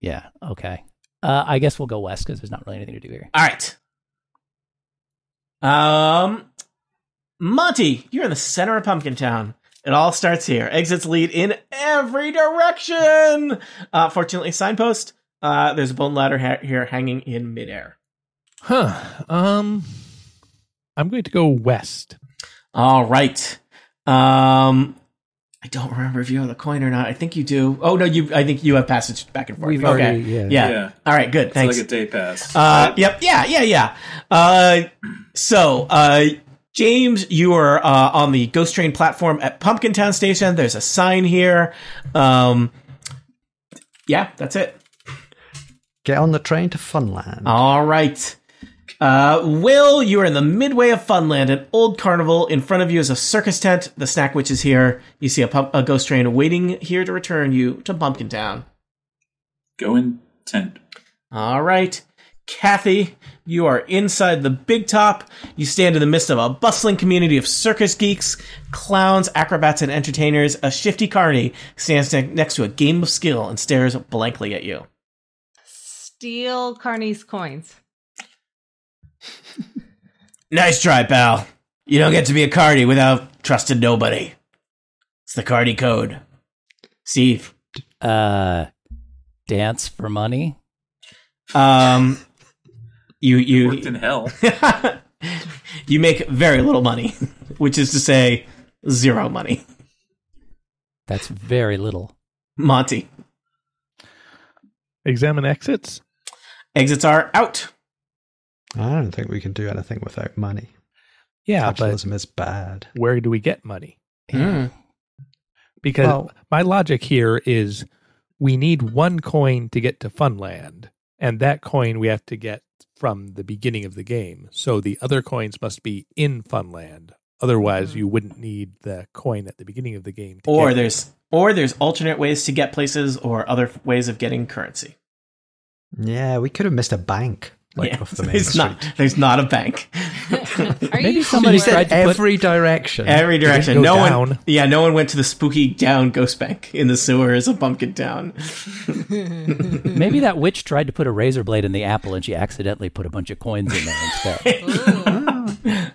Speaker 2: Yeah. Okay. Uh, I guess we'll go west because there's not really anything to do here.
Speaker 1: All right. Um, Monty, you're in the center of Pumpkin Town. It all starts here. Exits lead in every direction. Uh, fortunately, signpost. Uh, there's a bone ladder ha- here hanging in midair.
Speaker 5: Huh. Um, I'm going to go west.
Speaker 1: All right. Um, I don't remember if you have the coin or not. I think you do. Oh no, you. I think you have passage back and forth.
Speaker 2: We've
Speaker 1: okay.
Speaker 2: already- yeah.
Speaker 1: yeah.
Speaker 6: Yeah.
Speaker 1: All right. Good.
Speaker 6: It's
Speaker 1: Thanks.
Speaker 6: like a day pass.
Speaker 1: Uh, yep. Yeah. Yeah. Yeah. Uh, so, uh, James, you are uh, on the ghost train platform at Pumpkin Town Station. There's a sign here. Um, yeah, that's it.
Speaker 3: Get on the train to Funland.
Speaker 1: All right. Uh, Will, you are in the midway of Funland, an old carnival. In front of you is a circus tent. The snack witch is here. You see a, pump- a ghost train waiting here to return you to Pumpkin Town.
Speaker 6: Go in tent.
Speaker 1: All right. Kathy, you are inside the big top. You stand in the midst of a bustling community of circus geeks, clowns, acrobats, and entertainers. A shifty carny stands ne- next to a game of skill and stares blankly at you.
Speaker 4: Steal Carney's coins.
Speaker 1: Nice try, pal. You don't get to be a carny without trusting nobody. It's the carny code. Steve.
Speaker 2: Uh, dance for money.
Speaker 1: Um, you you
Speaker 6: Worked in hell.
Speaker 1: you make very little money, which is to say, zero money.
Speaker 2: That's very little.
Speaker 1: Monty,
Speaker 5: Examine exits.
Speaker 1: exits are out.
Speaker 3: I don't think we can do anything without money.
Speaker 5: Yeah,
Speaker 3: Capitalism is bad.
Speaker 5: but where do we get money?
Speaker 2: Hmm.
Speaker 1: Mm.
Speaker 5: Because
Speaker 3: Well-
Speaker 5: my logic here is we need one coin to get to Funland, and that coin we have to get from the beginning of the game. So the other coins must be in Funland.
Speaker 3: Mm-hmm.
Speaker 5: Otherwise, you wouldn't need the coin at the beginning of the game. To
Speaker 1: Or
Speaker 5: get
Speaker 1: there's or there's alternate ways to get places or other f- ways of getting currency.
Speaker 3: Yeah, we could have missed a bank like
Speaker 1: Yeah,
Speaker 3: off the main
Speaker 1: there's
Speaker 3: street.
Speaker 1: not there's not a bank.
Speaker 4: Are
Speaker 2: Maybe
Speaker 4: you
Speaker 2: somebody
Speaker 4: sure?
Speaker 2: tried to put-
Speaker 3: Every direction.
Speaker 1: Every direction.
Speaker 5: go
Speaker 1: No one
Speaker 5: down.
Speaker 1: Yeah, no one went to the spooky down ghost bank in the sewers of Pumpkin Town.
Speaker 2: Maybe that witch tried to put a razor blade in the apple, and she accidentally put a bunch of coins in there instead.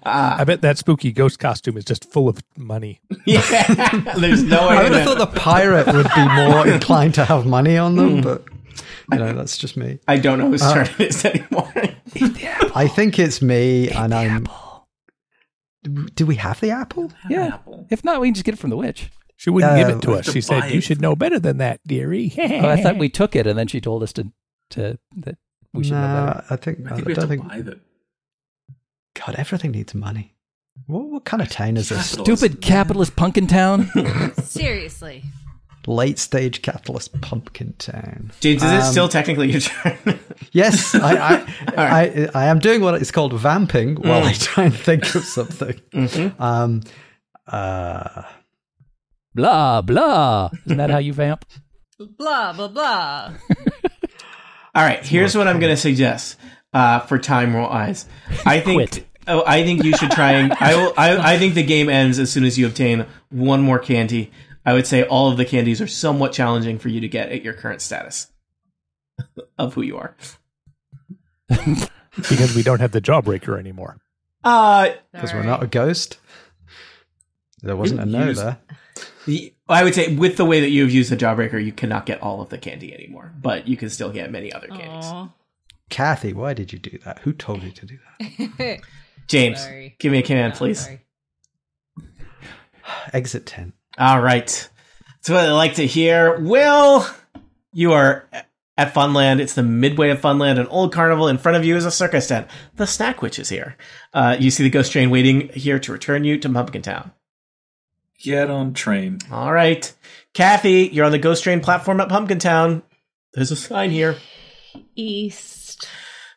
Speaker 5: I bet that spooky ghost costume is just full of money.
Speaker 1: Yeah. There's no way.
Speaker 3: I would
Speaker 1: to
Speaker 3: have
Speaker 1: know.
Speaker 3: thought the pirate would be more inclined to have money on them, but you know, that's just me.
Speaker 1: I don't know
Speaker 3: Uh.
Speaker 1: whose turn it is anymore.
Speaker 3: I think it's me, and I'm. Do we have the apple?
Speaker 2: yeah. If not, we can just get it from the witch.
Speaker 5: She wouldn't give
Speaker 3: Uh,
Speaker 5: it to us.
Speaker 6: to
Speaker 5: She
Speaker 6: buy
Speaker 5: said, "You
Speaker 6: it.
Speaker 5: should know better than that, dearie."
Speaker 2: Oh, I thought we took it, and then she told us to to that we should. know better.
Speaker 3: no, I think,
Speaker 6: I
Speaker 3: I
Speaker 1: Uh,
Speaker 6: think we
Speaker 3: don't
Speaker 6: have to
Speaker 3: think.
Speaker 6: buy the
Speaker 3: God, everything needs money. What, what kind of town is this?
Speaker 6: capitalism.
Speaker 2: Stupid capitalist punkin town.
Speaker 4: Seriously.
Speaker 3: Late stage capitalist pumpkin town.
Speaker 1: James, is it
Speaker 3: Um,
Speaker 1: still technically your turn?
Speaker 3: Yes, I, I, I, I am doing what is called vamping
Speaker 6: Mm.
Speaker 3: while I try and think of something.
Speaker 6: Mm-hmm.
Speaker 3: Um, uh,
Speaker 2: blah blah. Isn't that how you vamp?
Speaker 4: Blah blah blah.
Speaker 1: All right, here's what I'm going to suggest uh, for time wise. I think.
Speaker 2: Quit.
Speaker 1: Oh, I think you should try and I will. I, I think the game ends as soon as you obtain one more candy. I would say all of the candies are somewhat challenging for you to get at your current status of who you are.
Speaker 5: because we don't have the jawbreaker anymore.
Speaker 1: Uh,
Speaker 3: because we're not a ghost. There wasn't a
Speaker 6: You
Speaker 3: no
Speaker 6: used-
Speaker 3: there.
Speaker 1: y- I would say with the way that you have used the jawbreaker, you cannot get all of the candy anymore, but you can still get many other candies.
Speaker 4: Aw.
Speaker 3: Kathy, why did you do that? Who told you to do that?
Speaker 1: James,
Speaker 4: Sorry.
Speaker 1: give me a command,
Speaker 4: No,
Speaker 1: please.
Speaker 4: sorry.
Speaker 3: Exit tent.
Speaker 1: All right. That's what I like to hear. Will, you are at Funland. It's the midway of Funland, an old carnival. In front of you is a circus tent. The snack witch is here. Uh, you see the ghost train waiting here to return you to Pumpkin Town.
Speaker 6: Get on train.
Speaker 1: All right. Kathy, you're on the ghost train platform at Pumpkin Town. There's a sign here.
Speaker 4: East.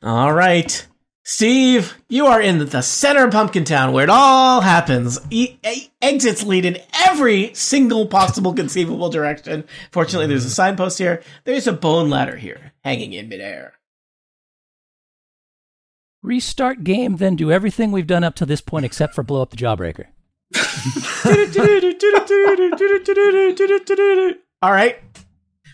Speaker 1: All right. Steve, you are in the center of Pumpkin Town where it all happens. E- e- exits lead in every single possible conceivable direction. Fortunately, there's a signpost here. There's a bone ladder here hanging in midair.
Speaker 2: Restart game, then do everything we've done up to this point except for blow up the jawbreaker.
Speaker 1: All right.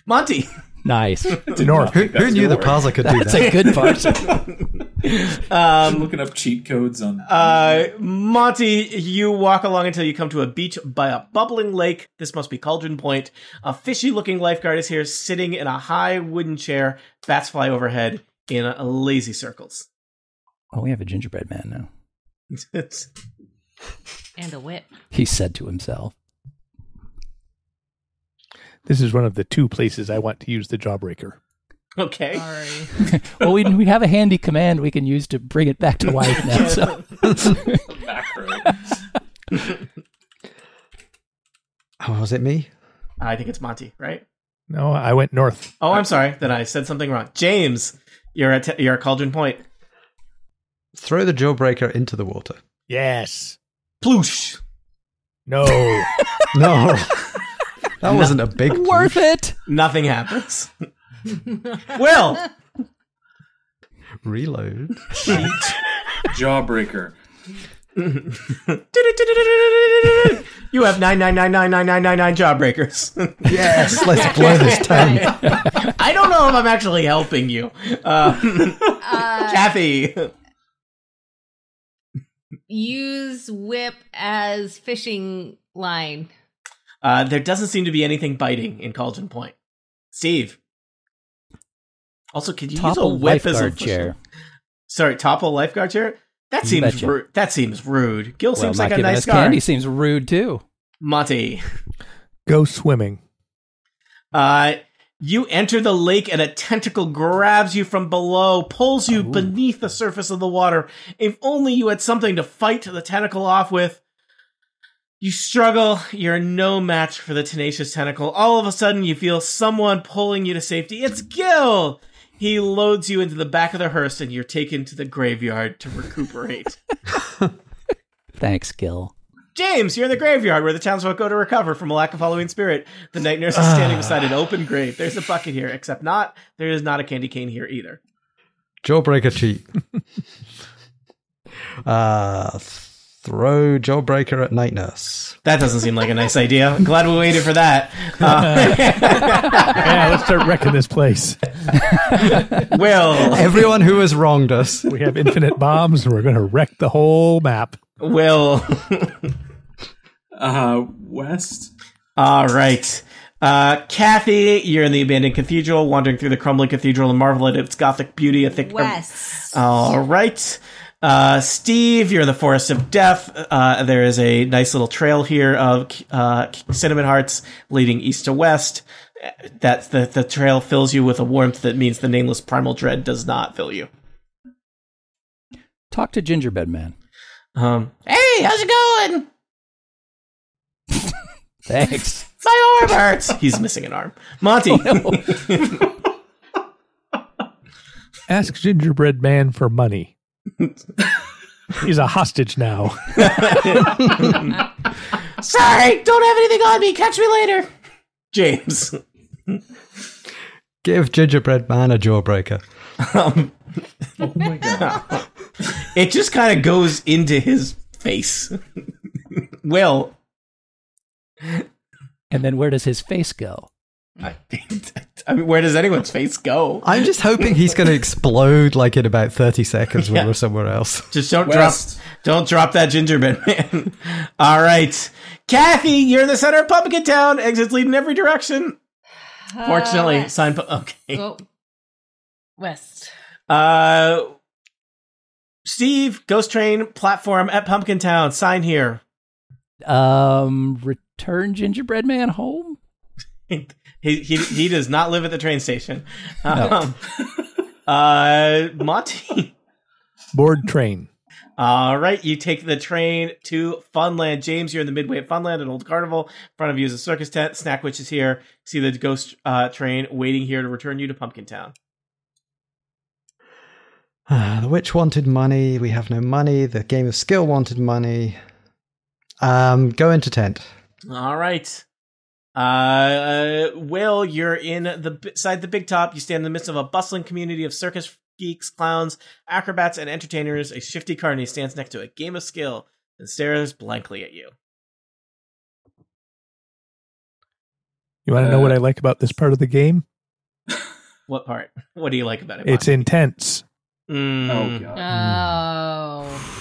Speaker 1: Monty.
Speaker 2: Nice.
Speaker 5: North.
Speaker 3: Who, who knew the
Speaker 6: work.
Speaker 3: parser could do
Speaker 2: That's
Speaker 3: that?
Speaker 2: a good part.
Speaker 6: I'm looking up cheat codes on.
Speaker 1: Uh, Monty, you walk along until you come to a beach by a bubbling lake. This must be Cauldron Point. A fishy looking lifeguard is here sitting in a high wooden chair. Bats fly overhead in a, lazy circles.
Speaker 2: Oh, we have a gingerbread man now.
Speaker 1: It's-
Speaker 4: And a whip.
Speaker 2: He said to himself.
Speaker 5: This is one of the two places I want to use the jawbreaker.
Speaker 1: Okay.
Speaker 7: Sorry.
Speaker 2: well, we, we have a handy command we can use to bring it back to life now. So
Speaker 6: Back row.
Speaker 3: Oh, was it me?
Speaker 1: I think it's Monty, right?
Speaker 5: No, I went north.
Speaker 1: Oh, I'm sorry that I said something wrong. James, you're at te- you're at Cauldron Point.
Speaker 3: Throw the jawbreaker into the water.
Speaker 5: Yes.
Speaker 1: Ploosh.
Speaker 5: No.
Speaker 3: No. That wasn't a big
Speaker 2: worth it.
Speaker 1: Nothing happens. Will.
Speaker 3: reload.
Speaker 6: Jawbreaker.
Speaker 1: you have nine nine nine nine nine nine nine nine jawbreakers.
Speaker 3: Yes, let's blow this town.
Speaker 1: I don't know if I'm actually helping you, uh,
Speaker 4: Uh,
Speaker 1: Kathy.
Speaker 4: use whip as fishing line.
Speaker 1: Uh, there doesn't seem to be anything biting in Cauldron Point. Steve. Also, could you use a
Speaker 2: Topple
Speaker 1: whip as a
Speaker 2: lifeguard chair.
Speaker 1: Sorry, topple lifeguard chair. That
Speaker 2: You
Speaker 1: seems
Speaker 2: betcha.
Speaker 1: rude. That seems rude. Gil
Speaker 2: Well,
Speaker 1: seems
Speaker 2: not
Speaker 1: like a
Speaker 2: giving
Speaker 1: nice
Speaker 2: us
Speaker 1: guy.
Speaker 2: candy seems rude too.
Speaker 1: Monty.
Speaker 5: Go swimming.
Speaker 1: Uh, you enter the lake and a tentacle grabs you from below, pulls you
Speaker 2: Ooh.
Speaker 1: beneath the surface of the water. If only you had something to fight the tentacle off with. You struggle. You're no match for the tenacious tentacle. All of a sudden, you feel someone pulling you to safety. It's Gil! He loads you into the back of the hearse and you're taken to the graveyard to recuperate.
Speaker 2: Thanks, Gil.
Speaker 1: James, you're in the graveyard where the townsfolk go to recover from a lack of Halloween spirit. The night nurse is standing beside an open grave. There's a bucket here, except not. There is not a candy cane here either.
Speaker 3: Jawbreaker cheat. uh, throw jawbreaker at night nurse.
Speaker 1: That doesn't seem like a nice idea. Glad we waited for that. Uh,
Speaker 5: Yeah, let's start wrecking this place.
Speaker 1: Will,
Speaker 3: Everyone who has wronged us.
Speaker 5: We have infinite bombs and we're going to wreck the whole map.
Speaker 1: Will.
Speaker 6: Uh, West.
Speaker 1: All right. Uh, Kathy, you're in the abandoned cathedral, wandering through the crumbling cathedral and marvel at its gothic beauty. A thick
Speaker 4: West.
Speaker 1: All right. Uh, Steve, you're in the Forest of Death. Uh, there is a nice little trail here of uh, cinnamon hearts leading east to west. That the, the trail fills you with a warmth that means the nameless primal dread does not fill you.
Speaker 2: Talk to Gingerbread Man.
Speaker 1: Um, hey, how's it going?
Speaker 2: Thanks.
Speaker 1: My arm hurts. He's missing an arm. Monty.
Speaker 5: Ask Gingerbread Man for money. He's a hostage now.
Speaker 1: Sorry, don't have anything on me. Catch me later. James.
Speaker 3: Give gingerbread man a jawbreaker.
Speaker 1: Um,
Speaker 6: Oh my god.
Speaker 1: it just kind of goes into his face. Will.
Speaker 2: and then where does his face go?
Speaker 1: I, I mean, where does anyone's face go?
Speaker 3: I'm just hoping he's going to explode like in about 30 seconds when
Speaker 1: Yeah.
Speaker 3: we're somewhere else.
Speaker 1: Just don't
Speaker 6: West.
Speaker 1: drop, don't drop that gingerbread man. All right, Kathy, you're in the center of Pumpkin Town. Exits lead in every direction. Fortunately,
Speaker 4: Uh, West.
Speaker 1: sign. Okay,
Speaker 4: Oh. West.
Speaker 1: uh, Steve, Ghost Train platform at Pumpkin Town. Sign here.
Speaker 2: Um, return Gingerbread Man home.
Speaker 1: he, he he does not live at the train station. Um, uh, Monty.
Speaker 5: Board train.
Speaker 1: All right, you take the train to Funland. James, you're in the midway at Funland, an old carnival. In front of you is a circus tent. Snack Witch is here. See the ghost uh, train waiting here to return you to Pumpkin Town.
Speaker 3: Ah, the witch wanted money. We have no money. The game of skill wanted money. Um, go into tent.
Speaker 1: All right. Uh, Will, you're in the beside the big top. You stand in the midst of a bustling community of circus geeks, clowns, acrobats, and entertainers. A shifty carny stands next to a game of skill and stares blankly at you.
Speaker 5: You want to know
Speaker 6: Uh,
Speaker 5: what I like about this part of the game?
Speaker 1: What part? What do you like about it?
Speaker 5: It's intense.
Speaker 6: Oh
Speaker 1: Mm.
Speaker 6: god.
Speaker 4: Oh.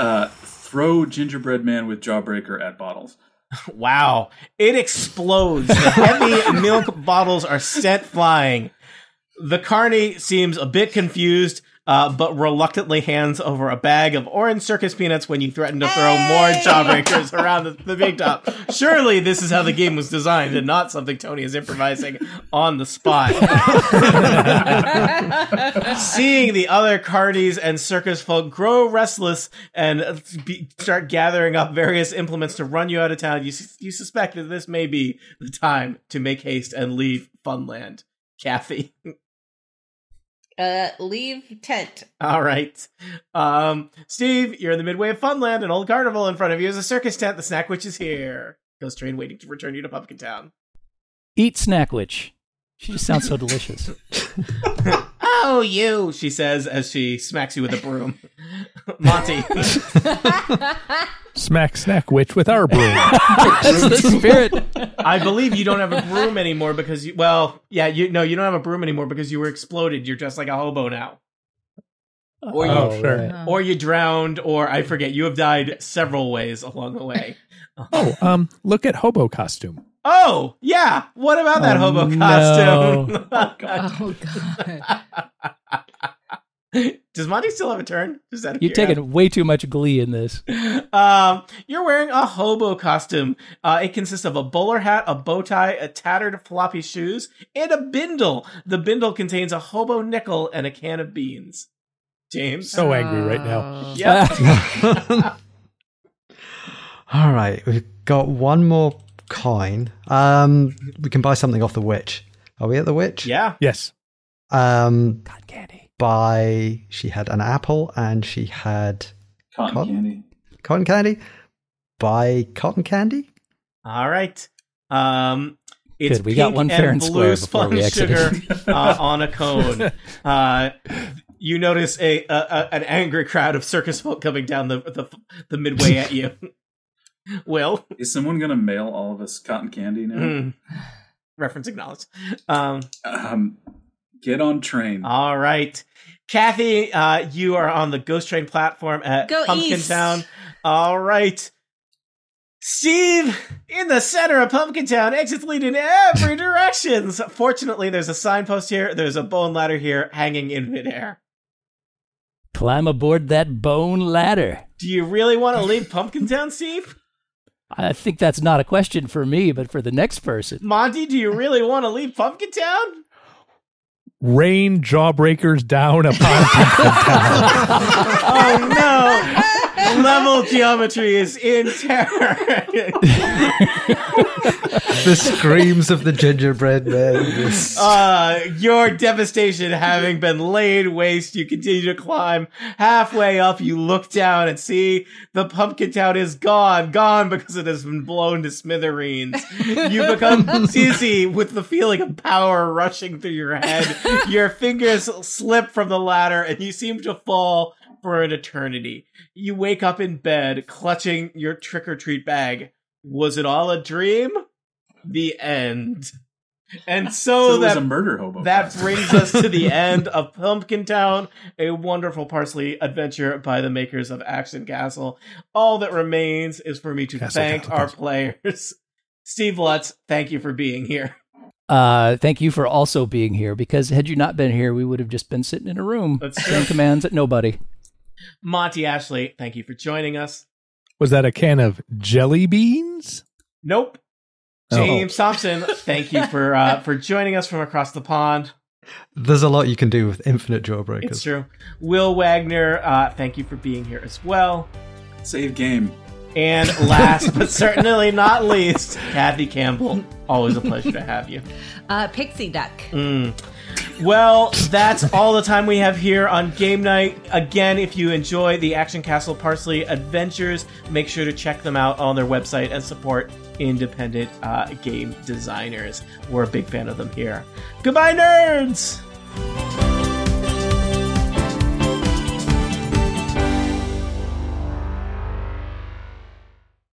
Speaker 6: Uh, throw gingerbread man with jawbreaker at bottles.
Speaker 1: Wow. It explodes. The heavy milk bottles are sent flying. The carney seems a bit confused, uh, but reluctantly hands over a bag of orange circus peanuts when you threaten to throw more jawbreakers around the, the big top. Surely this is how the game was designed, and not something Tony is improvising on the spot. Seeing the other carnies and circus folk grow restless and uh, be, start gathering up various implements to run you out of town, you, sus- you suspect that this may be the time to make haste and leave Funland. Kathy.
Speaker 4: Uh, leave tent.
Speaker 1: All right. Um, Steve, you're in the midway of Funland, an old carnival. In front of you is a circus tent. The snack witch is here. Ghost train waiting to return you to Pumpkin Town.
Speaker 2: Eat snack witch. She just sounds so delicious.
Speaker 1: Oh, you, she says as she smacks you with a broom. Monty.
Speaker 5: Smack snack witch with our broom.
Speaker 2: That's the spirit.
Speaker 1: I believe you don't have a broom anymore because you, well, yeah, you, no, you don't have a broom anymore because you were exploded. You're just like a hobo now. Or you,
Speaker 5: Oh, sure.
Speaker 1: or you drowned, or I forget, you have died several ways along the way.
Speaker 5: oh, um, look at hobo costume.
Speaker 1: Oh, yeah. What about that
Speaker 2: Oh,
Speaker 1: hobo
Speaker 2: no.
Speaker 1: costume?
Speaker 7: Oh god.
Speaker 1: Does Monty still have a turn? Is that
Speaker 2: You're taking way too much glee in this.
Speaker 1: Um, you're wearing a hobo costume. Uh, it consists of a bowler hat, a bow tie, a tattered floppy shoes, and a bindle. The bindle contains a hobo nickel and a can of beans. James.
Speaker 5: So angry right now.
Speaker 4: Oh.
Speaker 1: yeah.
Speaker 3: All right, we've got one more coin. Um, we can buy something off the witch. Are we at the witch?
Speaker 1: yeah.
Speaker 5: Yes.
Speaker 3: Um,
Speaker 2: God candy.
Speaker 3: buy. She had an apple and she had
Speaker 6: Cotton
Speaker 3: Cotton?
Speaker 6: candy.
Speaker 3: cotton candy. Buy cotton candy.
Speaker 1: All right. Um, it's
Speaker 2: Good, we got
Speaker 1: pink
Speaker 2: one fair and square
Speaker 1: blue
Speaker 2: before we
Speaker 1: sponge
Speaker 2: exited.
Speaker 1: sugar uh, on a cone. Uh, you notice a, a, a an angry crowd of circus folk coming down the the, the midway at you. Will
Speaker 6: Is someone going to mail all of us cotton candy now?
Speaker 1: Mm. reference acknowledged. Um,
Speaker 6: Um, get on train.
Speaker 1: all right, Kathy, uh, you are on the ghost train platform at
Speaker 4: Go
Speaker 1: Pumpkin
Speaker 4: east.
Speaker 1: Town. All right. Steve, in the center of Pumpkin Town, exits lead in every direction. Fortunately, there's a signpost here. There's a bone ladder here hanging in midair.
Speaker 2: Climb aboard that bone ladder.
Speaker 1: Do you really want to leave Pumpkin Town, Steve?
Speaker 2: I think that's not a question for me, but for the next person.
Speaker 1: Monty, do you really want to leave Pumpkin Town?
Speaker 5: Rain jawbreakers down upon
Speaker 1: Oh no! Level geometry is in terror.
Speaker 3: The screams of the gingerbread man. Yes.
Speaker 1: Uh, your devastation having been laid waste, you continue to climb. Halfway up, you look down and see the pumpkin town is gone, gone because it has been blown to smithereens. You become dizzy with the feeling of power rushing through your head. Your fingers slip from the ladder and you seem to fall for an eternity. You wake up in bed, clutching your trick or treat bag. Was it all a dream? The end. And so,
Speaker 6: so it was
Speaker 1: that
Speaker 6: a murder hobo.
Speaker 1: that
Speaker 6: costume.
Speaker 1: brings us to the end of Pumpkin Town, a wonderful parsley adventure by the makers of Action Castle. All that remains is for me to
Speaker 5: Castle,
Speaker 1: thank
Speaker 5: Castle,
Speaker 1: our
Speaker 5: Castle.
Speaker 1: players. Steve Lutz, thank you for being here.
Speaker 2: Uh, thank you for also being here because had you not been here, we would have just been sitting in a room
Speaker 1: That's
Speaker 2: throwing
Speaker 1: true.
Speaker 2: commands at nobody.
Speaker 1: Monty Ashley, thank you for joining us.
Speaker 5: Was that a can of jelly beans?
Speaker 1: Nope.
Speaker 5: Oh.
Speaker 1: James Thompson, thank you for uh, for joining us from across the pond.
Speaker 3: There's a lot you can do with infinite jawbreakers.
Speaker 1: It's true. Will Wagner, uh, thank you for being here as well.
Speaker 6: Save game.
Speaker 1: And last but certainly not least, Kathy Campbell. Always a pleasure to have you.
Speaker 4: Uh, pixie duck.
Speaker 1: Well, that's all the time we have here on game night. Again, if you enjoy the Action Castle Parsley adventures, make sure to check them out on their website and support independent uh, game designers. We're a big fan of them here. Goodbye, nerds!